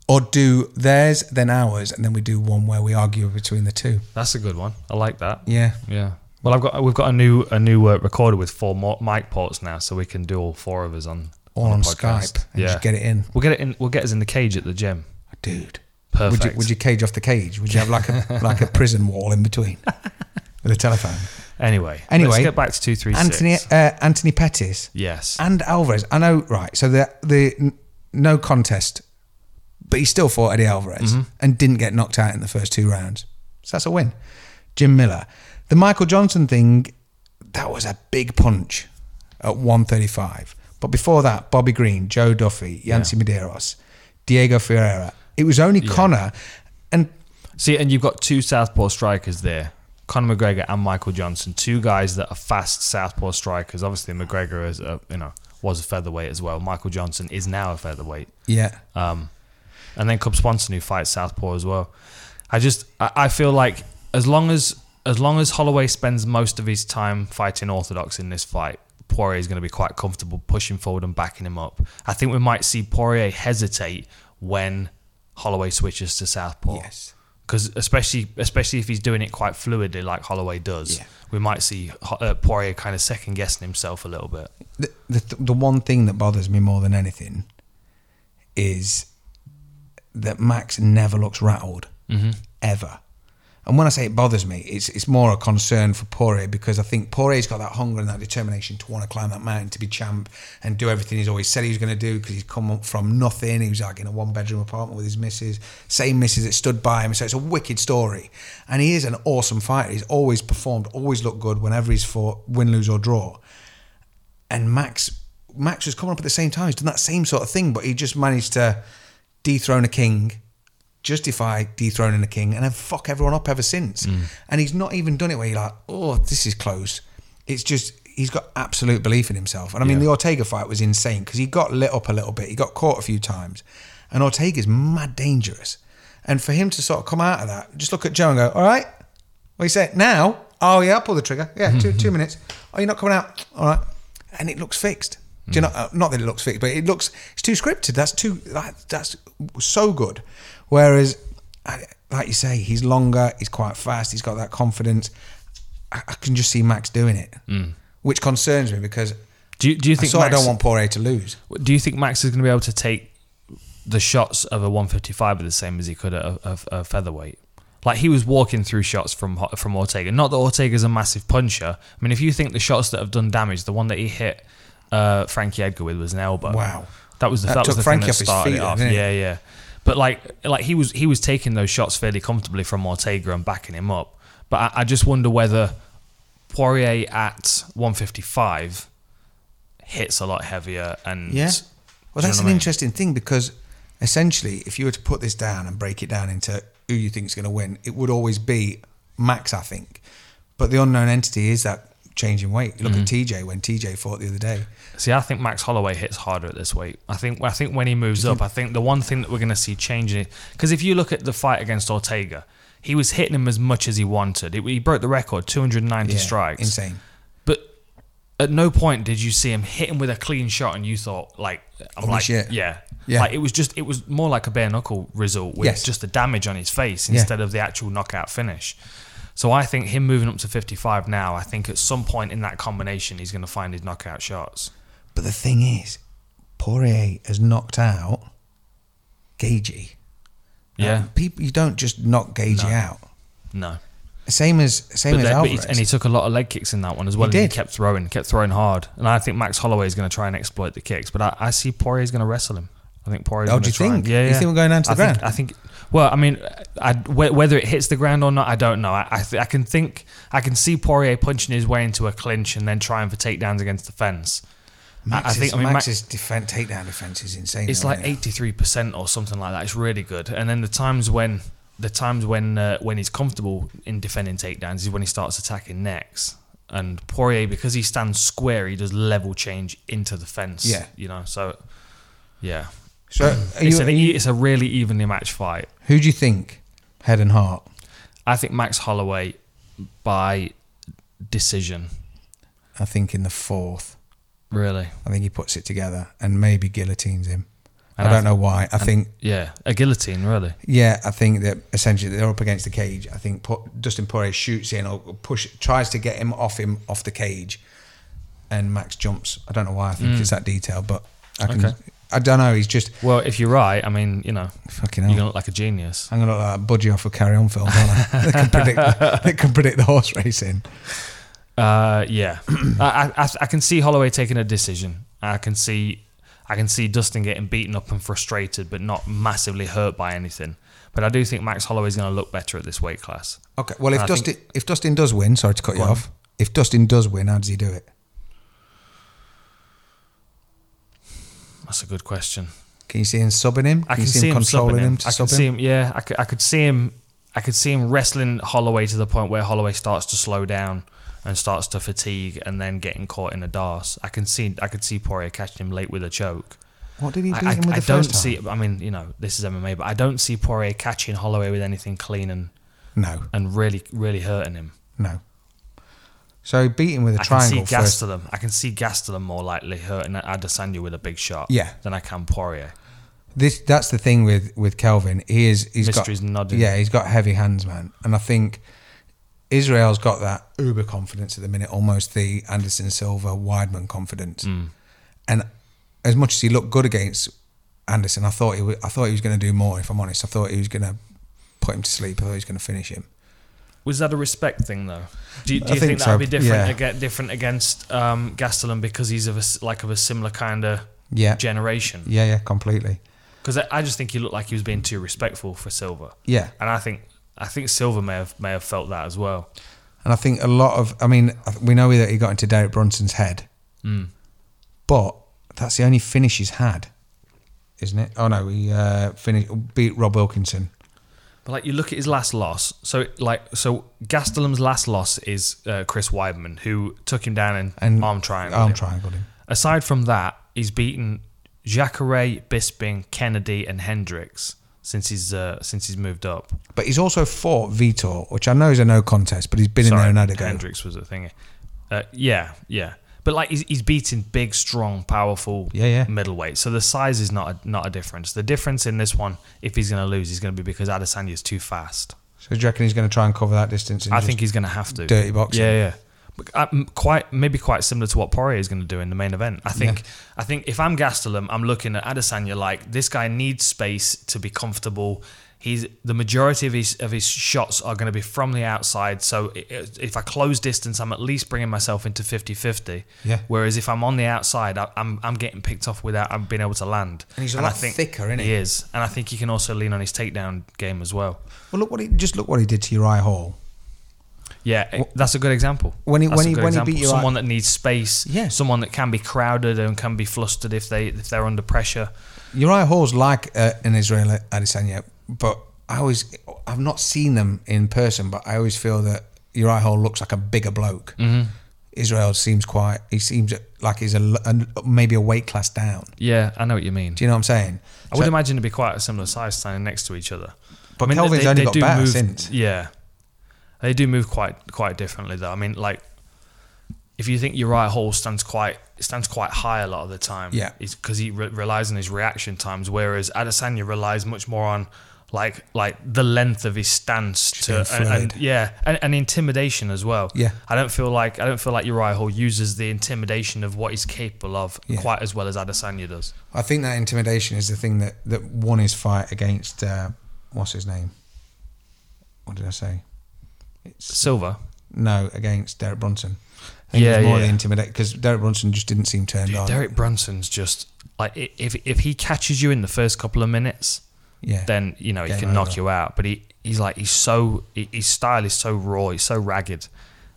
[SPEAKER 3] Or do theirs, then ours, and then we do one where we argue between the two.
[SPEAKER 2] That's a good one. I like that.
[SPEAKER 3] Yeah.
[SPEAKER 2] Yeah. Well, I've got we've got a new a new uh, recorder with four mo- mic ports now, so we can do all four of us on
[SPEAKER 3] Or on
[SPEAKER 2] the podcast.
[SPEAKER 3] Skype and
[SPEAKER 2] yeah,
[SPEAKER 3] just get it in.
[SPEAKER 2] We'll get it in. We'll get us in the cage at the gym.
[SPEAKER 3] dude.
[SPEAKER 2] Perfect.
[SPEAKER 3] Would you, would you cage off the cage? Would you have like a like a prison wall in between with a telephone?
[SPEAKER 2] Anyway,
[SPEAKER 3] Anyway,
[SPEAKER 2] let's get back to two three six.
[SPEAKER 3] Anthony uh, Anthony Pettis
[SPEAKER 2] Yes.
[SPEAKER 3] and Alvarez. I know, right? So the the n- no contest, but he still fought Eddie Alvarez and didn't get knocked out in the first two rounds. So that's a win. Jim Miller, the Michael Johnson thing, that was a big punch at 135. But before that, Bobby Green, Joe Duffy, Yancy Medeiros, Diego Ferreira. It was only Connor, and
[SPEAKER 2] See, and you've got two southpaw strikers there, Conor McGregor and Michael Johnson, two guys that are fast southpaw strikers. Obviously, McGregor is a, you know was a featherweight as well. Michael Johnson is now a featherweight,
[SPEAKER 3] yeah.
[SPEAKER 2] um, and then Cub Swanson who fights southpaw as well. I just I, I feel like as long as as long as Holloway spends most of his time fighting orthodox in this fight. Poirier is going to be quite comfortable pushing forward and backing him up. I think we might see Poirier hesitate when Holloway switches to southpaw
[SPEAKER 3] Yes.
[SPEAKER 2] because especially especially if he's doing it quite fluidly like Holloway does,
[SPEAKER 3] Yeah.
[SPEAKER 2] we might see Ho- uh, Poirier kind of second guessing himself a little bit.
[SPEAKER 3] the, the, the one thing that bothers me more than anything is that Max never looks rattled ever. And when I say it bothers me, it's it's more a concern for Poirier because I think Poirier's got that hunger and that determination to want to climb that mountain, to be champ, and do everything he's always said he was going to do because he's come up from nothing. He was like in a one bedroom apartment with his missus, same missus that stood by him. So it's a wicked story. And he is an awesome fighter. He's always performed, always looked good whenever he's fought, win, lose, or draw and Max Max was coming up at the same time. He's done that same sort of thing, but he just managed to dethrone a king, justify dethroning a king, and then fuck everyone up ever since. And he's not even done it where you're like, oh, this is close. It's just he's got absolute belief in himself. And I mean, the Ortega fight was insane because he got lit up a little bit. He got caught a few times, and Ortega's mad dangerous. And for him to sort of come out of that, just look at Joe and go, all right, what do you say now? Oh yeah, I'll pull the trigger. Yeah, two two minutes. Oh, you're not coming out. All right, and it looks fixed. Do
[SPEAKER 2] Hmm.
[SPEAKER 3] you know? Uh, not that it looks fixed, but it looks it's too scripted. That's too that, that's so good. Whereas, I- like you say, he's longer. He's quite fast. He's got that confidence. I, I can just see Max doing it, which concerns me because
[SPEAKER 2] Do you, do you
[SPEAKER 3] I
[SPEAKER 2] Hmm. think
[SPEAKER 3] sort of
[SPEAKER 2] Max,
[SPEAKER 3] don't want Poirier to lose.
[SPEAKER 2] Do you think Max is going to be able to take the shots of a 155 are the same as he could at a, a, a featherweight? Like he was walking through shots from Ho- from Ortega. Not that Ortega's a massive puncher. I mean, if you think the shots that have done damage, the one that he hit uh, Frankie Edgar with was an elbow.
[SPEAKER 3] Wow.
[SPEAKER 2] that was the
[SPEAKER 3] That
[SPEAKER 2] that, was
[SPEAKER 3] took
[SPEAKER 2] the thing that
[SPEAKER 3] Frankie off his
[SPEAKER 2] started
[SPEAKER 3] feet,
[SPEAKER 2] it off.
[SPEAKER 3] didn't it?
[SPEAKER 2] Yeah, yeah. But like like he was he was taking those shots fairly comfortably from Ortega and backing him up. But I, I just wonder whether Poirier at 155 hits a lot heavier and
[SPEAKER 3] Yeah.
[SPEAKER 2] Do you
[SPEAKER 3] Well,
[SPEAKER 2] know
[SPEAKER 3] that's
[SPEAKER 2] what I
[SPEAKER 3] an
[SPEAKER 2] mean?
[SPEAKER 3] interesting thing because essentially, if you were to put this down and break it down into who you think is going to win, it would always be Max, I think. But the unknown entity is that change in weight. You look at
[SPEAKER 2] Mm-hmm.
[SPEAKER 3] TJ when TJ fought the other day.
[SPEAKER 2] See, I think Max Holloway hits harder at this weight. I think I think when he moves up, I think the one thing that we're going to see changing it because if you look at the fight against Ortega, he was hitting him as much as he wanted. It, he broke the record, 290
[SPEAKER 3] Yeah,
[SPEAKER 2] strikes,
[SPEAKER 3] insane.
[SPEAKER 2] But at no point did you see him hit him with a clean shot, and you thought like, I'm
[SPEAKER 3] Holy
[SPEAKER 2] like,
[SPEAKER 3] shit.
[SPEAKER 2] yeah,
[SPEAKER 3] Yeah.
[SPEAKER 2] Like it was just it was more like a bare knuckle result with
[SPEAKER 3] Yes.
[SPEAKER 2] just the damage on his face
[SPEAKER 3] Yeah.
[SPEAKER 2] instead of the actual knockout finish. So I think him moving up to 55 now, I think at some point in that combination, he's going to find his knockout shots.
[SPEAKER 3] But the thing is, Poirier has knocked out Gagey.
[SPEAKER 2] Yeah.
[SPEAKER 3] people you don't just knock Gagey out.
[SPEAKER 2] No.
[SPEAKER 3] Same as same
[SPEAKER 2] But
[SPEAKER 3] as
[SPEAKER 2] then, but he,
[SPEAKER 3] Alvarez.
[SPEAKER 2] and he took a lot of leg kicks in that one as well.
[SPEAKER 3] He
[SPEAKER 2] and
[SPEAKER 3] did.
[SPEAKER 2] he kept throwing, kept throwing hard. And I think Max Holloway is going to try and exploit the kicks. But I, I see Poirier's going to wrestle him. I think Poirier's
[SPEAKER 3] Oh,
[SPEAKER 2] going
[SPEAKER 3] do
[SPEAKER 2] to
[SPEAKER 3] you
[SPEAKER 2] try. and-
[SPEAKER 3] think?
[SPEAKER 2] yeah,
[SPEAKER 3] You
[SPEAKER 2] yeah.
[SPEAKER 3] think we're going down to
[SPEAKER 2] I
[SPEAKER 3] the
[SPEAKER 2] think-
[SPEAKER 3] ground?
[SPEAKER 2] I think. Well, I mean, I, wh- whether it hits the ground or not, I don't know. I, I, th- I can think, I can see Poirier punching his way into a clinch and then trying for takedowns against the fence. I- I,
[SPEAKER 3] Max's,
[SPEAKER 2] think I mean, Max-
[SPEAKER 3] Max's defen takedown defense is insane.
[SPEAKER 2] it's
[SPEAKER 3] though,
[SPEAKER 2] like
[SPEAKER 3] isn't it?
[SPEAKER 2] eighty three percent or something like that. It's really good. And then the times when the times when uh, when he's comfortable in defending takedowns is when he starts attacking next. And Poirier, because he stands square, he does level change into the fence.
[SPEAKER 3] Yeah.
[SPEAKER 2] you know. So, yeah,
[SPEAKER 3] So are
[SPEAKER 2] it's,
[SPEAKER 3] you-
[SPEAKER 2] an, e it's a really evenly matched fight.
[SPEAKER 3] who do you think? Head and heart.
[SPEAKER 2] I think Max Holloway by decision.
[SPEAKER 3] I think in the fourth.
[SPEAKER 2] Really,
[SPEAKER 3] I think he puts it together and maybe guillotines him.
[SPEAKER 2] And
[SPEAKER 3] I
[SPEAKER 2] I
[SPEAKER 3] don't
[SPEAKER 2] th-
[SPEAKER 3] know why. I think
[SPEAKER 2] yeah, a guillotine. Really,
[SPEAKER 3] Yeah, I think that essentially they're up against the cage. I think Po- Dustin Poirier shoots in or push tries to get him off him off the cage, and Max jumps. I don't know why. I think it's that detail, but I can.
[SPEAKER 2] Mm. Okay.
[SPEAKER 3] I don't know. He's just
[SPEAKER 2] well, if you're right, I mean, you know,
[SPEAKER 3] fucking.
[SPEAKER 2] you're
[SPEAKER 3] Hell.
[SPEAKER 2] gonna look like a genius.
[SPEAKER 3] I'm gonna look like a budgie off a carry on film. Aren't I? they can predict. They can predict the horse racing.
[SPEAKER 2] Uh, yeah, I, I I can see Holloway taking a decision. I can see I can see Dustin getting beaten up and frustrated, but not massively hurt by anything. But I do think Max Holloway's going to look better at this weight class.
[SPEAKER 3] Okay. Well, if
[SPEAKER 2] I think-
[SPEAKER 3] Dustin if Dustin does win, sorry to cut you
[SPEAKER 2] Go on.
[SPEAKER 3] off. If Dustin does win, how does he do it?
[SPEAKER 2] That's a good question.
[SPEAKER 3] Can you see him subbing him?
[SPEAKER 2] I can,
[SPEAKER 3] you
[SPEAKER 2] see, him
[SPEAKER 3] controlling
[SPEAKER 2] subbing him.
[SPEAKER 3] to
[SPEAKER 2] I can
[SPEAKER 3] sub
[SPEAKER 2] see him. Yeah, I could, I could see him. I could see him wrestling Holloway to the point where Holloway starts to slow down and starts to fatigue, and then getting caught in a dance. I can see. I could see Poirier catching him late with a choke.
[SPEAKER 3] What did he do
[SPEAKER 2] I, I,
[SPEAKER 3] him with
[SPEAKER 2] I
[SPEAKER 3] the
[SPEAKER 2] don't
[SPEAKER 3] first time?
[SPEAKER 2] see. I mean, you know, this is MMA, but I don't see Poirier catching Holloway with anything clean and,
[SPEAKER 3] No,
[SPEAKER 2] and really, really hurting him.
[SPEAKER 3] no. So beating with a
[SPEAKER 2] I can
[SPEAKER 3] triangle
[SPEAKER 2] see
[SPEAKER 3] first.
[SPEAKER 2] Gastelum. I can see Gastelum more likely hurting Adesanya with a big shot.
[SPEAKER 3] Yeah.
[SPEAKER 2] Than I can Poirier.
[SPEAKER 3] this that's the thing with with Kelvin. He is he's
[SPEAKER 2] Mystery's
[SPEAKER 3] got
[SPEAKER 2] nodding.
[SPEAKER 3] yeah, he's got heavy hands, man. And I think Israel's got that uber confidence at the minute, almost the Anderson Silva Weidman confidence. And as much as he looked good against Anderson, I thought he was, I thought he was going to do more. If I'm honest, I thought he was going to put him to sleep. I thought he was going to finish him.
[SPEAKER 2] Was that a respect thing though? Do you, do
[SPEAKER 3] I
[SPEAKER 2] you think,
[SPEAKER 3] think
[SPEAKER 2] that
[SPEAKER 3] so,
[SPEAKER 2] would be different
[SPEAKER 3] yeah.
[SPEAKER 2] aga different against um, Gastelum because he's of a s like of a similar kind of
[SPEAKER 3] Yeah,
[SPEAKER 2] generation?
[SPEAKER 3] yeah, yeah, completely.
[SPEAKER 2] Because I, I just think he looked like he was being too respectful for Silver.
[SPEAKER 3] Yeah,
[SPEAKER 2] And I think I think Silver may have may have felt that as well.
[SPEAKER 3] And I think a lot of, I mean, I th- we know that he got into Derek Brunson's head,
[SPEAKER 2] Hmm.
[SPEAKER 3] but that's the only finish he's had, isn't it? Oh no, he uh, finished beat Rob Wilkinson.
[SPEAKER 2] But like you look at his last loss, so like so Gastelum's last loss is uh, Chris Weidman, who took him down in
[SPEAKER 3] And-
[SPEAKER 2] arm triangle.
[SPEAKER 3] Arm
[SPEAKER 2] him.
[SPEAKER 3] triangled him.
[SPEAKER 2] Aside from that, he's beaten Jacare, Bisping, Kennedy, and Hendricks since he's uh, since he's moved up.
[SPEAKER 3] But he's also fought Vitor, which I know is a no contest, but he's been
[SPEAKER 2] Sorry,
[SPEAKER 3] in there and had a go.
[SPEAKER 2] Hendricks was a thingy. Uh, yeah, yeah. But like he's, he's beating big, strong, powerful
[SPEAKER 3] Yeah, yeah.
[SPEAKER 2] middleweight. So the size is not a, not a difference. The difference in this one, if he's going to lose, is going to be because Adesanya's too fast.
[SPEAKER 3] So do you reckon he's going to try and cover that distance? and
[SPEAKER 2] I
[SPEAKER 3] just-
[SPEAKER 2] think he's going to have to.
[SPEAKER 3] dirty boxing.
[SPEAKER 2] Yeah, yeah. But, uh, m- quite maybe quite similar to what Poirier is going to do in the main event. I think I think if I'm Gastelum, I'm looking at Adesanya like this guy needs space to be comfortable. He's the majority of his of his shots are going to be from the outside. So i- i- if I close distance, I'm at least bringing myself into 50-50.
[SPEAKER 3] Yeah.
[SPEAKER 2] Whereas if I'm on the outside, I, I'm I'm getting picked off without I'm being able to land.
[SPEAKER 3] And he's a
[SPEAKER 2] I
[SPEAKER 3] lot thicker, isn't he?
[SPEAKER 2] He is, and I think he can also lean on his takedown game as well.
[SPEAKER 3] Well, look what he just look what he did to Uriah Hall.
[SPEAKER 2] Yeah, that's a good example.
[SPEAKER 3] When he-
[SPEAKER 2] That's
[SPEAKER 3] when
[SPEAKER 2] a
[SPEAKER 3] he-
[SPEAKER 2] good
[SPEAKER 3] when he beat you up-
[SPEAKER 2] someone that needs space,
[SPEAKER 3] Yeah.
[SPEAKER 2] someone that can be crowded and can be flustered if they if they're under pressure.
[SPEAKER 3] Uriah Hall's like uh, an Israeli Adesanya, but I always I've not seen them in person, but I always feel that Uriah Hall looks like a bigger bloke.
[SPEAKER 2] Mm-hmm.
[SPEAKER 3] Israel seems quite. He seems like he's a, l- an- maybe a weight class down.
[SPEAKER 2] Yeah, I know what you mean.
[SPEAKER 3] Do you know what I'm saying?
[SPEAKER 2] I would imagine it'd be quite a similar size standing next to each other.
[SPEAKER 3] But
[SPEAKER 2] I mean,
[SPEAKER 3] Kelvin's only got
[SPEAKER 2] do
[SPEAKER 3] better
[SPEAKER 2] move,
[SPEAKER 3] since.
[SPEAKER 2] Yeah, they do move quite quite differently though. I mean, like if you think Uriah Hall stands quite stands quite high a lot of the time,
[SPEAKER 3] Yeah.
[SPEAKER 2] because he re- relies on his reaction times, whereas Adesanya relies much more on like like the length of his stance to
[SPEAKER 3] being
[SPEAKER 2] and, and-
[SPEAKER 3] fluid.
[SPEAKER 2] yeah and, and intimidation as well.
[SPEAKER 3] Yeah.
[SPEAKER 2] I don't feel like I don't feel like Uriah Hall uses the intimidation of what he's capable of
[SPEAKER 3] Yeah.
[SPEAKER 2] quite as well as Adesanya does.
[SPEAKER 3] I think that intimidation is the thing that, that won his fight against uh, what's his name? What did I say?
[SPEAKER 2] Silver.
[SPEAKER 3] No, against Derek Brunson. I think it was
[SPEAKER 2] Yeah,
[SPEAKER 3] more
[SPEAKER 2] yeah.
[SPEAKER 3] the intimidation because Derek Brunson just didn't seem turned on.
[SPEAKER 2] Derek Brunson's just like i- if if he catches you in the first couple of minutes,
[SPEAKER 3] yeah,
[SPEAKER 2] then you know he
[SPEAKER 3] Game
[SPEAKER 2] can knock
[SPEAKER 3] over.
[SPEAKER 2] you out. But he he's like he's so he- his style is so raw, he's so ragged.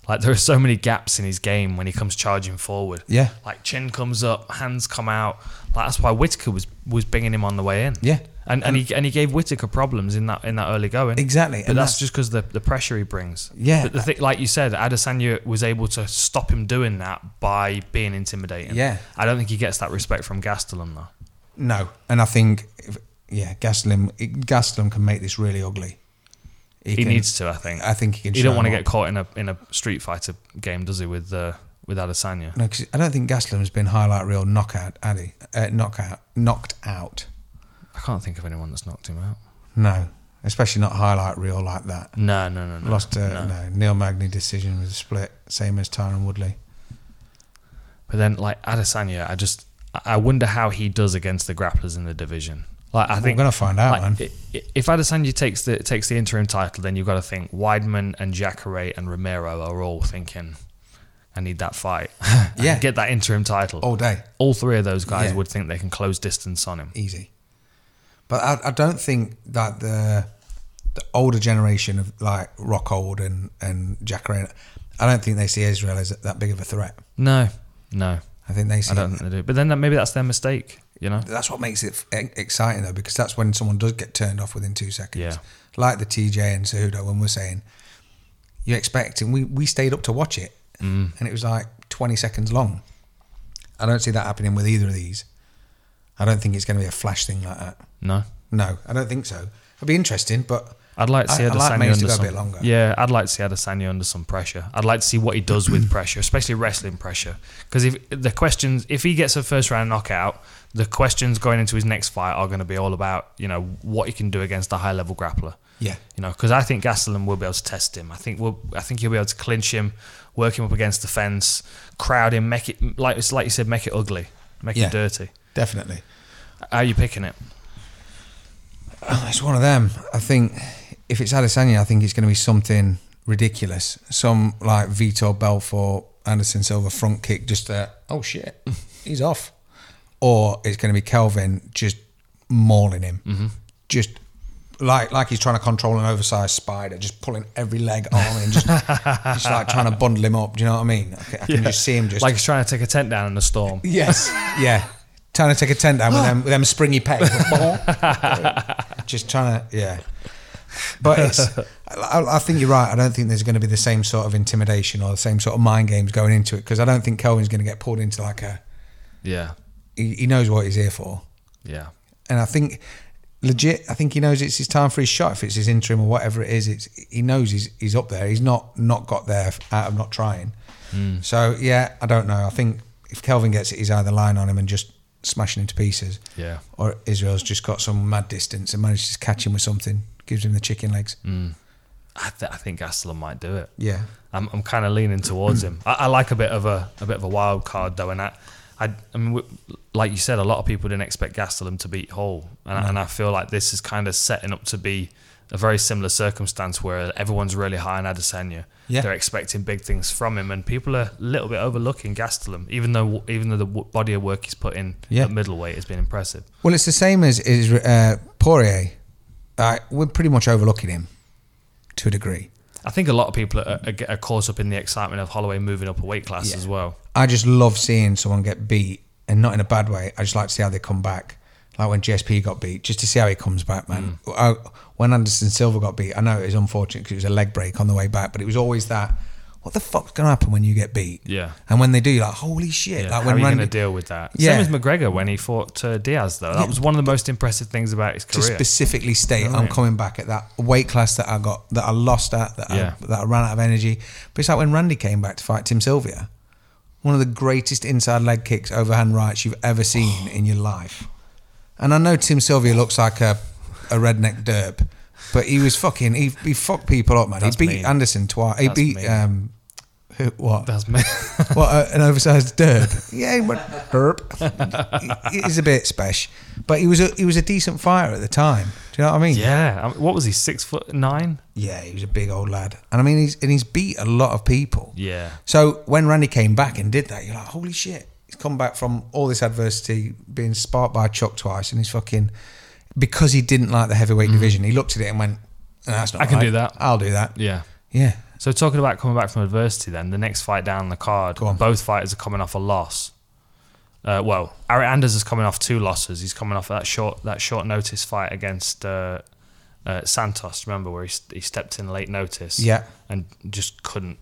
[SPEAKER 2] Like there are so many gaps in his game when he comes charging forward.
[SPEAKER 3] Yeah.
[SPEAKER 2] like chin comes up, hands come out. Like that's why Whitaker was was binging him on the way in.
[SPEAKER 3] Yeah.
[SPEAKER 2] and and, he and he gave Whitaker problems in that in that early going.
[SPEAKER 3] Exactly,
[SPEAKER 2] but
[SPEAKER 3] and
[SPEAKER 2] that's,
[SPEAKER 3] that's-
[SPEAKER 2] just because the the pressure he brings.
[SPEAKER 3] Yeah.
[SPEAKER 2] but the thing, like you said, Adesanya was able to stop him doing that by being intimidating.
[SPEAKER 3] Yeah.
[SPEAKER 2] I don't think he gets that respect from Gastelum though.
[SPEAKER 3] no, and I think if, yeah, Gastelum Gastelum can make this really ugly.
[SPEAKER 2] He
[SPEAKER 3] can-
[SPEAKER 2] needs to, I think.
[SPEAKER 3] I think he can.
[SPEAKER 2] He don't
[SPEAKER 3] show
[SPEAKER 2] want to
[SPEAKER 3] more.
[SPEAKER 2] get caught in a in a Street Fighter game, does he? With uh, with Adesanya.
[SPEAKER 3] No, 'cause I don't think Gaslam has been highlight real knockout, Addy. Uh, knockout, knocked out.
[SPEAKER 2] I can't think of anyone that's knocked him out.
[SPEAKER 3] No, especially not highlight real like that.
[SPEAKER 2] No, no, no, no.
[SPEAKER 3] Lost uh,
[SPEAKER 2] no.
[SPEAKER 3] no. Neil Magny decision with a split, same as Tyron Woodley.
[SPEAKER 2] But then, like Adesanya, I just I- I wonder how he does against the grapplers in the division. Like I
[SPEAKER 3] We're
[SPEAKER 2] think
[SPEAKER 3] gonna find out,
[SPEAKER 2] like,
[SPEAKER 3] man.
[SPEAKER 2] i- i- If Adesanya takes the takes the interim title, then you've got to think Weidman and Jacare and Romero are all thinking, I need that fight. I can
[SPEAKER 3] Yeah.
[SPEAKER 2] get that interim title
[SPEAKER 3] All day.
[SPEAKER 2] All three of those guys
[SPEAKER 3] Yeah.
[SPEAKER 2] would think they can close distance on him.
[SPEAKER 3] easy. But I, I don't think that the the older generation of like Rockhold and and Jacare, I don't think they see Israel as that big of a threat.
[SPEAKER 2] No, no.
[SPEAKER 3] I think they see.
[SPEAKER 2] I don't think they do. But then that, maybe that's their mistake, you know?
[SPEAKER 3] That's what makes it e- exciting though, because that's when someone does get turned off within two seconds.
[SPEAKER 2] Yeah.
[SPEAKER 3] Like the TJ and Cejudo when we're saying you expect, and we we stayed up to watch it,
[SPEAKER 2] Mm.
[SPEAKER 3] and it was like twenty seconds long. I don't see that happening with either of these. I don't think it's going to be a flash thing like that.
[SPEAKER 2] No.
[SPEAKER 3] No, I don't think so. It'd be interesting, but
[SPEAKER 2] I'd like to see
[SPEAKER 3] I- I
[SPEAKER 2] Adesanya
[SPEAKER 3] like Mace to
[SPEAKER 2] under
[SPEAKER 3] go a
[SPEAKER 2] some,
[SPEAKER 3] bit longer.
[SPEAKER 2] Yeah, I'd like to see Adesanya under some pressure. I'd like to see what he does with pressure, especially wrestling pressure. Because if the questions, if he gets a first round knockout, the questions going into his next fight are going to be all about you know what he can do against a high level grappler.
[SPEAKER 3] Yeah.
[SPEAKER 2] you know, because I think Gastelum will be able to test him. I think we'll, I think he'll be able to clinch him, work him up against the fence, crowd him, make it like it's like you said, make it ugly, make
[SPEAKER 3] Yeah.
[SPEAKER 2] it dirty.
[SPEAKER 3] definitely.
[SPEAKER 2] How are you picking it?
[SPEAKER 3] Oh, it's one of them. I think if it's Adesanya, I think it's going to be something ridiculous. Some like Vitor Belfort, Anderson Silva front kick, just a, oh shit, he's off. Or it's going to be Kelvin just mauling him. Just like like he's trying to control an oversized spider, just pulling every leg on and just, just like trying to bundle him up. Do you know what I mean? I can, I can just see him just.
[SPEAKER 2] like he's trying to take a tent down in the storm.
[SPEAKER 3] yes. Yeah. Trying to take a tent down with them, with them springy pegs. just trying to yeah but it's I, I think you're right i don't think there's going to be the same sort of intimidation or the same sort of mind games going into it because i don't think kelvin's going to get pulled into like a
[SPEAKER 2] Yeah,
[SPEAKER 3] he, he knows what he's here for
[SPEAKER 2] yeah.
[SPEAKER 3] and i think legit i think he knows it's his time for his shot if it's his interim or whatever it is it's he knows he's he's up there he's not not got there out of not trying so yeah i don't know i think if kelvin gets it he's either lying on him and just smashing into pieces
[SPEAKER 2] Yeah.
[SPEAKER 3] or israel's just got some mad distance and manages to catch him with something gives him the chicken legs
[SPEAKER 2] I, th- I think Gastelum might do it.
[SPEAKER 3] Yeah.
[SPEAKER 2] I'm, I'm kind of leaning towards him. I, I like a bit of a a bit of a wild card though, and I, I, I mean, w- like you said, a lot of people didn't expect Gastelum to beat Hall, and, I- and I feel like this is kind of setting up to be a very similar circumstance where everyone's really high on Adesanya.
[SPEAKER 3] Yeah.
[SPEAKER 2] They're expecting big things from him, and people are a little bit overlooking Gastelum, even though even though the w- body of work he's put in
[SPEAKER 3] Yeah.
[SPEAKER 2] at middleweight has been impressive.
[SPEAKER 3] Well, it's the same as is uh, Poirier. Uh, we're pretty much overlooking him to a degree.
[SPEAKER 2] I think a lot of people are, are, are caught up in the excitement of Holloway moving up a weight class
[SPEAKER 3] Yeah.
[SPEAKER 2] as well.
[SPEAKER 3] I just love seeing someone get beat, and not in a bad way. I just like to see how they come back. Like when GSP got beat, just to see how he comes back, man.
[SPEAKER 2] Mm.
[SPEAKER 3] I- when Anderson Silva got beat, I know it was unfortunate because it was a leg break on the way back, but it was always that. What the fuck's gonna happen when you get beat?
[SPEAKER 2] Yeah.
[SPEAKER 3] And when they do, you're like, holy shit!
[SPEAKER 2] Yeah,
[SPEAKER 3] like
[SPEAKER 2] how
[SPEAKER 3] when
[SPEAKER 2] are you
[SPEAKER 3] Randy,
[SPEAKER 2] going to deal with that?
[SPEAKER 3] Yeah.
[SPEAKER 2] Same as McGregor when he fought uh, Diaz, though. That was one of the most impressive things about his
[SPEAKER 3] to
[SPEAKER 2] career.
[SPEAKER 3] specifically state I'm coming back at that weight class that I got that I lost at that
[SPEAKER 2] Yeah.
[SPEAKER 3] I, that I ran out of energy. But it's like when Randy came back to fight Tim Sylvia, one of the greatest inside leg kicks, overhand rights you've ever seen in your life. And I know Tim Sylvia looks like a a redneck derp, but he was fucking. He, he fucked people up, man.
[SPEAKER 2] That's
[SPEAKER 3] he beat
[SPEAKER 2] mean.
[SPEAKER 3] Anderson twice. He
[SPEAKER 2] That's
[SPEAKER 3] beat
[SPEAKER 2] mean.
[SPEAKER 3] um, who, what?
[SPEAKER 2] That's me.
[SPEAKER 3] what uh, an oversized derp. Yeah, but derp. He- He's a bit special, but he was a he was a decent fighter at the time. Do you know what I mean?
[SPEAKER 2] yeah. I mean, what was he? Six foot nine?
[SPEAKER 3] Yeah, he was a big old lad, and I mean he's and he's beat a lot of people.
[SPEAKER 2] Yeah.
[SPEAKER 3] So when Randy came back and did that, you're like, holy shit! He's come back from all this adversity, being sparked by Chuck twice, and he's fucking because he didn't like the heavyweight division. He looked at it and went, "No, "That's not.
[SPEAKER 2] Mm. I can
[SPEAKER 3] right.
[SPEAKER 2] do that."
[SPEAKER 3] I'll do that."
[SPEAKER 2] Yeah.
[SPEAKER 3] Yeah.
[SPEAKER 2] So talking about coming back from adversity, then the next fight down the card,
[SPEAKER 3] on.
[SPEAKER 2] both fighters are coming off a loss. Uh, well, Ari Anders is coming off two losses. He's coming off that short that short notice fight against uh, uh, Santos. Remember where he, s- he stepped in late notice?
[SPEAKER 3] Yeah.
[SPEAKER 2] and just couldn't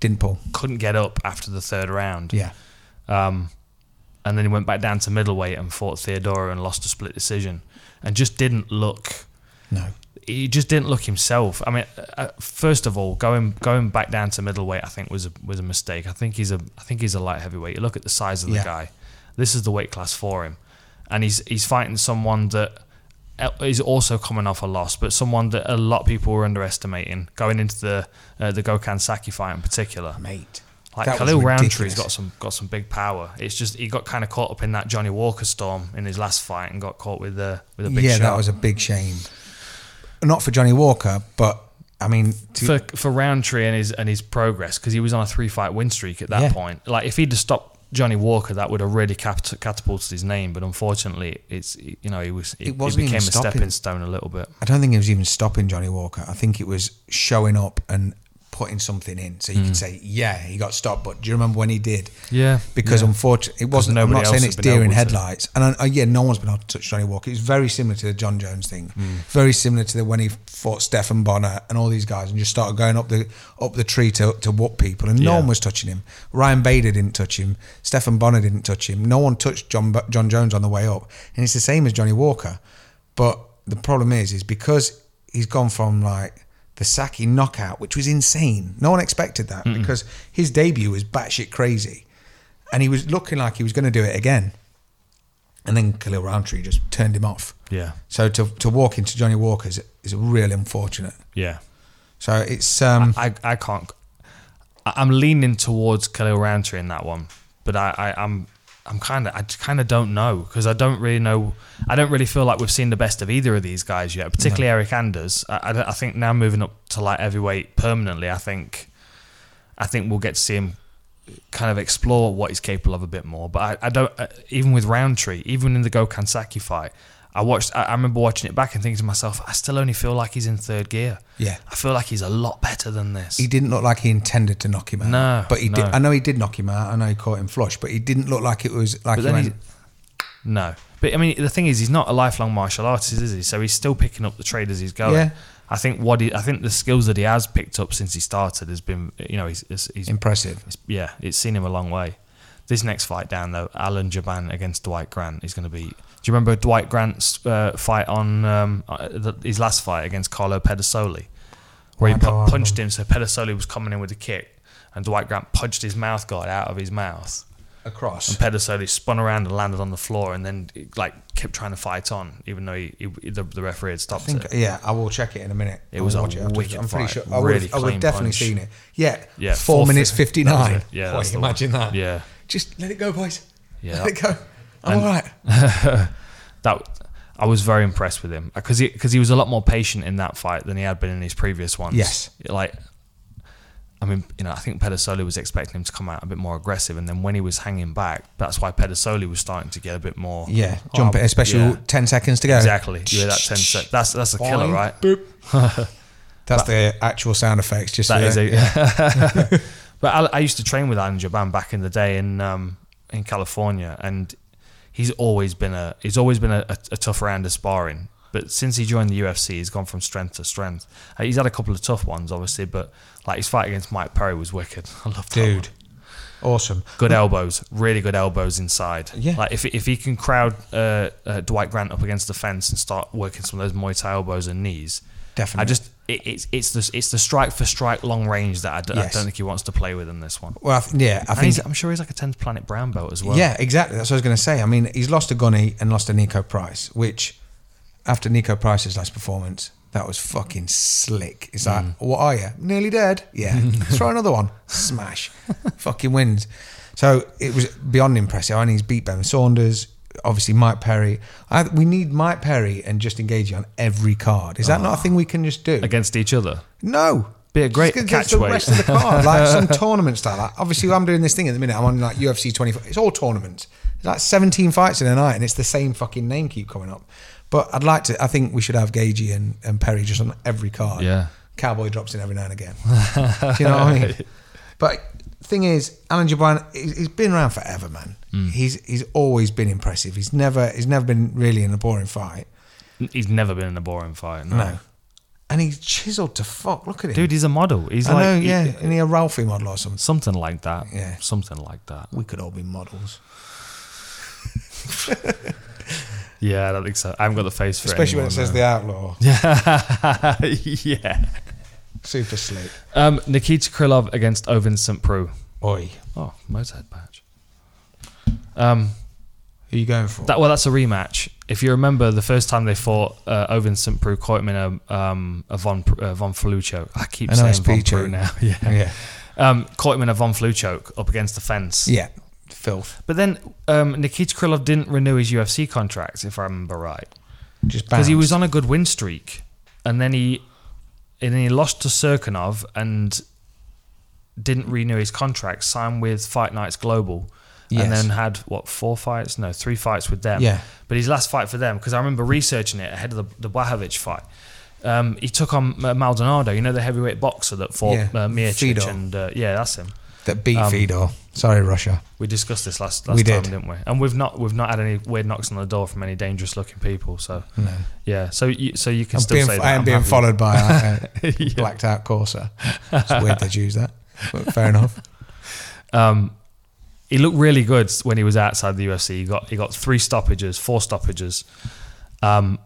[SPEAKER 3] Didn't pull.
[SPEAKER 2] couldn't get up after the third round.
[SPEAKER 3] Yeah.
[SPEAKER 2] Um, and then he went back down to middleweight and fought Theodora and lost a split decision, and just didn't look
[SPEAKER 3] No.
[SPEAKER 2] he just didn't look himself. I mean, uh, first of all, going going back down to middleweight, I think was a, was a mistake. I think he's a I think he's a light heavyweight. You look at the size of the
[SPEAKER 3] Yeah.
[SPEAKER 2] guy. This is the weight class for him, and he's he's fighting someone that uh, is also coming off a loss, but someone that a lot of people were underestimating going into the uh, the Gokhan Saki fight in particular.
[SPEAKER 3] Mate.
[SPEAKER 2] Like
[SPEAKER 3] That was
[SPEAKER 2] Khalil Roundtree's
[SPEAKER 3] ridiculous.
[SPEAKER 2] got some got some big power. It's just he got kind of caught up in that Johnny Walker storm in his last fight and got caught with a with a big
[SPEAKER 3] yeah,
[SPEAKER 2] shot.
[SPEAKER 3] that was a big shame. Not for Johnny Walker, but I mean, to,
[SPEAKER 2] for for Roundtree and his and his progress because he was on a three fight win streak at that
[SPEAKER 3] Yeah.
[SPEAKER 2] point. Like if he'd have stopped Johnny Walker, that would have really cat- catapulted his name. But unfortunately, it's you know he was it,
[SPEAKER 3] It
[SPEAKER 2] it
[SPEAKER 3] wasn't
[SPEAKER 2] became
[SPEAKER 3] even
[SPEAKER 2] a
[SPEAKER 3] stopping.
[SPEAKER 2] stepping stone a little bit.
[SPEAKER 3] I don't think it was even stopping Johnny Walker. I think it was showing up and putting something in, so you can say, yeah, he got stopped. But do you remember when he did?
[SPEAKER 2] Hmm. Yeah,
[SPEAKER 3] because
[SPEAKER 2] yeah.
[SPEAKER 3] unfortunately, it wasn't. I'm
[SPEAKER 2] nobody
[SPEAKER 3] not saying
[SPEAKER 2] else
[SPEAKER 3] it's
[SPEAKER 2] had been
[SPEAKER 3] deer in
[SPEAKER 2] able to.
[SPEAKER 3] headlights, and I, I- yeah, no one's been able to touch Johnny Walker. It's very similar to the John Jones thing, very similar to the when he fought Stefan Bonner and all these guys, and just started going up the up the tree to to whoop people, and no
[SPEAKER 2] Yeah.
[SPEAKER 3] one was touching him. Ryan Bader didn't touch him. Stefan Bonner didn't touch him. No one touched John Bo- John Jones on the way up, and it's the same as Johnny Walker. But the problem is, is because he's gone from like the Saki knockout, which was insane. No one expected that because his debut was batshit crazy, and he was looking like he was going to do it again. And then Khalil Roundtree just turned him off.
[SPEAKER 2] Yeah.
[SPEAKER 3] So to to walk into Johnny Walker's is real unfortunate.
[SPEAKER 2] Yeah,
[SPEAKER 3] So it's um
[SPEAKER 2] I I can't. I- I'm leaning towards Khalil Roundtree in that one, but I, I I'm. I'm kind of, I kind of don't know because I don't really know. I don't really feel like we've seen the best of either of these guys yet, particularly Eric Anders. I, I, don't- I think now moving up to light heavyweight permanently, I think I think we'll get to see him kind of explore what he's capable of a bit more. But I, I don't, uh, even with Roundtree, even in the Gokhan Saki fight, I watched, I, I remember watching it back and thinking to myself, I still only feel like he's in third gear.
[SPEAKER 3] Yeah.
[SPEAKER 2] I feel like he's a lot better than this.
[SPEAKER 3] he didn't look like he intended to knock him out.
[SPEAKER 2] No,
[SPEAKER 3] but he did.
[SPEAKER 2] no.
[SPEAKER 3] I know he did knock him out. I know he caught him flush, but he didn't look like it was
[SPEAKER 2] but
[SPEAKER 3] like he
[SPEAKER 2] then
[SPEAKER 3] went,
[SPEAKER 2] he, no. But I mean, the thing is, he's not a lifelong martial artist, is he? So he's still picking up the trade as he's going.
[SPEAKER 3] Yeah.
[SPEAKER 2] I think what he, I think the skills that he has picked up since he started has been, you know, he's, he's, he's
[SPEAKER 3] impressive.
[SPEAKER 2] it's- yeah, it's seen him a long way. This next fight down though, Alan Jaban against Dwight Grant is going to be. Do you remember Dwight Grant's uh, fight on um, uh, the, his last fight against Carlo Pedasoli, where he
[SPEAKER 3] Why do
[SPEAKER 2] pu-
[SPEAKER 3] I
[SPEAKER 2] punched him? So Pedasoli was coming in with a kick, and Dwight Grant punched his mouth guard out of his mouth.
[SPEAKER 3] Across,
[SPEAKER 2] Pedasoli spun around and landed on the floor, and then like kept trying to fight on, even though he, he, the, the referee had stopped
[SPEAKER 3] I think
[SPEAKER 2] it.
[SPEAKER 3] yeah, I will check it in a minute.
[SPEAKER 2] It
[SPEAKER 3] I'll
[SPEAKER 2] was a
[SPEAKER 3] watch afterwards.
[SPEAKER 2] wicked
[SPEAKER 3] I'm pretty
[SPEAKER 2] fight.
[SPEAKER 3] sure. I would,
[SPEAKER 2] Really
[SPEAKER 3] have I would
[SPEAKER 2] clean
[SPEAKER 3] have definitely
[SPEAKER 2] punch.
[SPEAKER 3] seen it. Yeah,
[SPEAKER 2] Yeah,
[SPEAKER 3] four,
[SPEAKER 2] four
[SPEAKER 3] minutes
[SPEAKER 2] fif-
[SPEAKER 3] fifty
[SPEAKER 2] that
[SPEAKER 3] nine.
[SPEAKER 2] was it. Yeah,
[SPEAKER 3] Boy,
[SPEAKER 2] that's the one.
[SPEAKER 3] imagine that.
[SPEAKER 2] Yeah.
[SPEAKER 3] just let it go, boys.
[SPEAKER 2] Yeah.
[SPEAKER 3] let it go. I'm
[SPEAKER 2] And-
[SPEAKER 3] all right.
[SPEAKER 2] that I was very impressed with him because he because he was a lot more patient in that fight than he had been in his previous ones.
[SPEAKER 3] Yes.
[SPEAKER 2] like I mean, you know, I think Pedasoli was expecting him to come out a bit more aggressive, and then when he was hanging back, that's why Pedasoli was starting to get a bit more.
[SPEAKER 3] Yeah,
[SPEAKER 2] Oh,
[SPEAKER 3] jump it, especially uh,
[SPEAKER 2] yeah.
[SPEAKER 3] ten seconds to go.
[SPEAKER 2] Exactly. You hear that ten sec. That's that's a killer,
[SPEAKER 3] Boing,
[SPEAKER 2] right?
[SPEAKER 3] boop. That's the actual sound effects. Just
[SPEAKER 2] That
[SPEAKER 3] for
[SPEAKER 2] is
[SPEAKER 3] the-
[SPEAKER 2] it. but I, I used to train with Alan Jaban back in the day in um, in California, and he's always been a he's always been a, a, a tough round of sparring. But since he joined the UFC, he's gone from strength to strength. Uh, he's had a couple of tough ones, obviously, but like his fight against Mike Perry was wicked. I love that one.
[SPEAKER 3] dude. Awesome.
[SPEAKER 2] Good elbows, really good elbows inside.
[SPEAKER 3] Yeah.
[SPEAKER 2] Like if, if he can crowd uh, uh, Dwight Grant up against the fence and start working some of those Muay Thai elbows and knees,
[SPEAKER 3] Definitely.
[SPEAKER 2] I just it, it's it's the it's the strike for strike long range that I, d- I
[SPEAKER 3] Yes.
[SPEAKER 2] don't think he wants to play with in this one.
[SPEAKER 3] Well, I th- yeah, I
[SPEAKER 2] And
[SPEAKER 3] think.
[SPEAKER 2] he's, I'm sure he's like a tenth planet brown belt as well.
[SPEAKER 3] Yeah, exactly. That's what I was going to say. I mean, he's lost to Gunny and lost to Nico Price, which after Nico Price's last performance. That was fucking slick. It's like,
[SPEAKER 2] Mm.
[SPEAKER 3] what are you? Nearly dead? Yeah. Let's try another one. Smash. fucking wins. So it was beyond impressive. And he's beat Ben Saunders. Obviously, Mike Perry. I, we need Mike Perry and Justin Gagey on every card. Is that
[SPEAKER 2] Ah.
[SPEAKER 3] not a thing we can just do?
[SPEAKER 2] against each other.
[SPEAKER 3] No.
[SPEAKER 2] Be a great
[SPEAKER 3] Just against the
[SPEAKER 2] catchweight.
[SPEAKER 3] rest of the card, like some tournament style. Like, obviously, I'm doing this thing at the minute. I'm on like UFC 24. It's all tournaments. It's like 17 fights in a night, and it's the same fucking name keep coming up. But I'd like to. I think we should have Gagey and, and Perry just on every card.
[SPEAKER 2] Yeah.
[SPEAKER 3] Cowboy drops in every now and again. Do you know what I mean? But thing is, Alan Jabran, he's he's been around forever, man.
[SPEAKER 2] Hmm.
[SPEAKER 3] He's he's always been impressive. He's never he's never been really in a boring fight.
[SPEAKER 2] He's never been in a boring fight. No.
[SPEAKER 3] No. And he's chiseled to fuck. Look at him.
[SPEAKER 2] Dude, he's a model. He's
[SPEAKER 3] I
[SPEAKER 2] like
[SPEAKER 3] know,
[SPEAKER 2] he-
[SPEAKER 3] yeah. and he a Ralphie model or something.
[SPEAKER 2] something like that.
[SPEAKER 3] Yeah.
[SPEAKER 2] Something like that.
[SPEAKER 3] We could all be models.
[SPEAKER 2] Yeah, I don't think so. I haven't got the face for
[SPEAKER 3] Especially when
[SPEAKER 2] it.
[SPEAKER 3] it says the outlaw.
[SPEAKER 2] says Yeah. yeah.
[SPEAKER 3] Super slick.
[SPEAKER 2] Um, Nikita Krylov against Ovin St. Preux.
[SPEAKER 3] Oi.
[SPEAKER 2] Oh, Mozart patch. Um,
[SPEAKER 3] Who you going for?
[SPEAKER 2] that well, that's a rematch. If you remember, the first time they fought, uh, Ovin St. Preux caught him in a um a von Pr- uh, von Flu choke. I keep
[SPEAKER 3] An
[SPEAKER 2] saying
[SPEAKER 3] OSP
[SPEAKER 2] von Preux
[SPEAKER 3] choke.
[SPEAKER 2] now. Yeah.
[SPEAKER 3] yeah.
[SPEAKER 2] Um, caught him in a von Flu choke up against the fence.
[SPEAKER 3] Yeah. Filth.
[SPEAKER 2] But then um, Nikita Krylov didn't renew his UFC contract, if I remember right,
[SPEAKER 3] Just
[SPEAKER 2] because he was
[SPEAKER 3] bounced.
[SPEAKER 2] on a good win streak, and then he and then he lost to Serkinov and didn't renew his contract, signed with Fight Nights Global,
[SPEAKER 3] Yes.
[SPEAKER 2] and then had what four fights? No, three fights with them.
[SPEAKER 3] Yeah.
[SPEAKER 2] But his last fight for them, because I remember researching it ahead of the, the Blahovic fight. Um, he took on uh, Maldonado, you know the heavyweight boxer that fought
[SPEAKER 3] Yeah.
[SPEAKER 2] uh, Miocic,
[SPEAKER 3] Fedor.
[SPEAKER 2] and uh, yeah, that's him.
[SPEAKER 3] That beat
[SPEAKER 2] um,
[SPEAKER 3] Fedor. Sorry, Russia.
[SPEAKER 2] We discussed this last last
[SPEAKER 3] We
[SPEAKER 2] time,
[SPEAKER 3] did.
[SPEAKER 2] did. not we? And we've not we've not had any weird knocks on the door from any dangerous looking people. So
[SPEAKER 3] No.
[SPEAKER 2] yeah, so you, so you can
[SPEAKER 3] I'm
[SPEAKER 2] still
[SPEAKER 3] being,
[SPEAKER 2] say that
[SPEAKER 3] I am
[SPEAKER 2] I'm
[SPEAKER 3] being
[SPEAKER 2] happy.
[SPEAKER 3] followed by a, a
[SPEAKER 2] Yeah.
[SPEAKER 3] blacked out Corsa. It's weird they'd use that. But fair enough.
[SPEAKER 2] Um, he looked really good when he was outside the UFC. He got he got three stoppages, four stoppages. Um,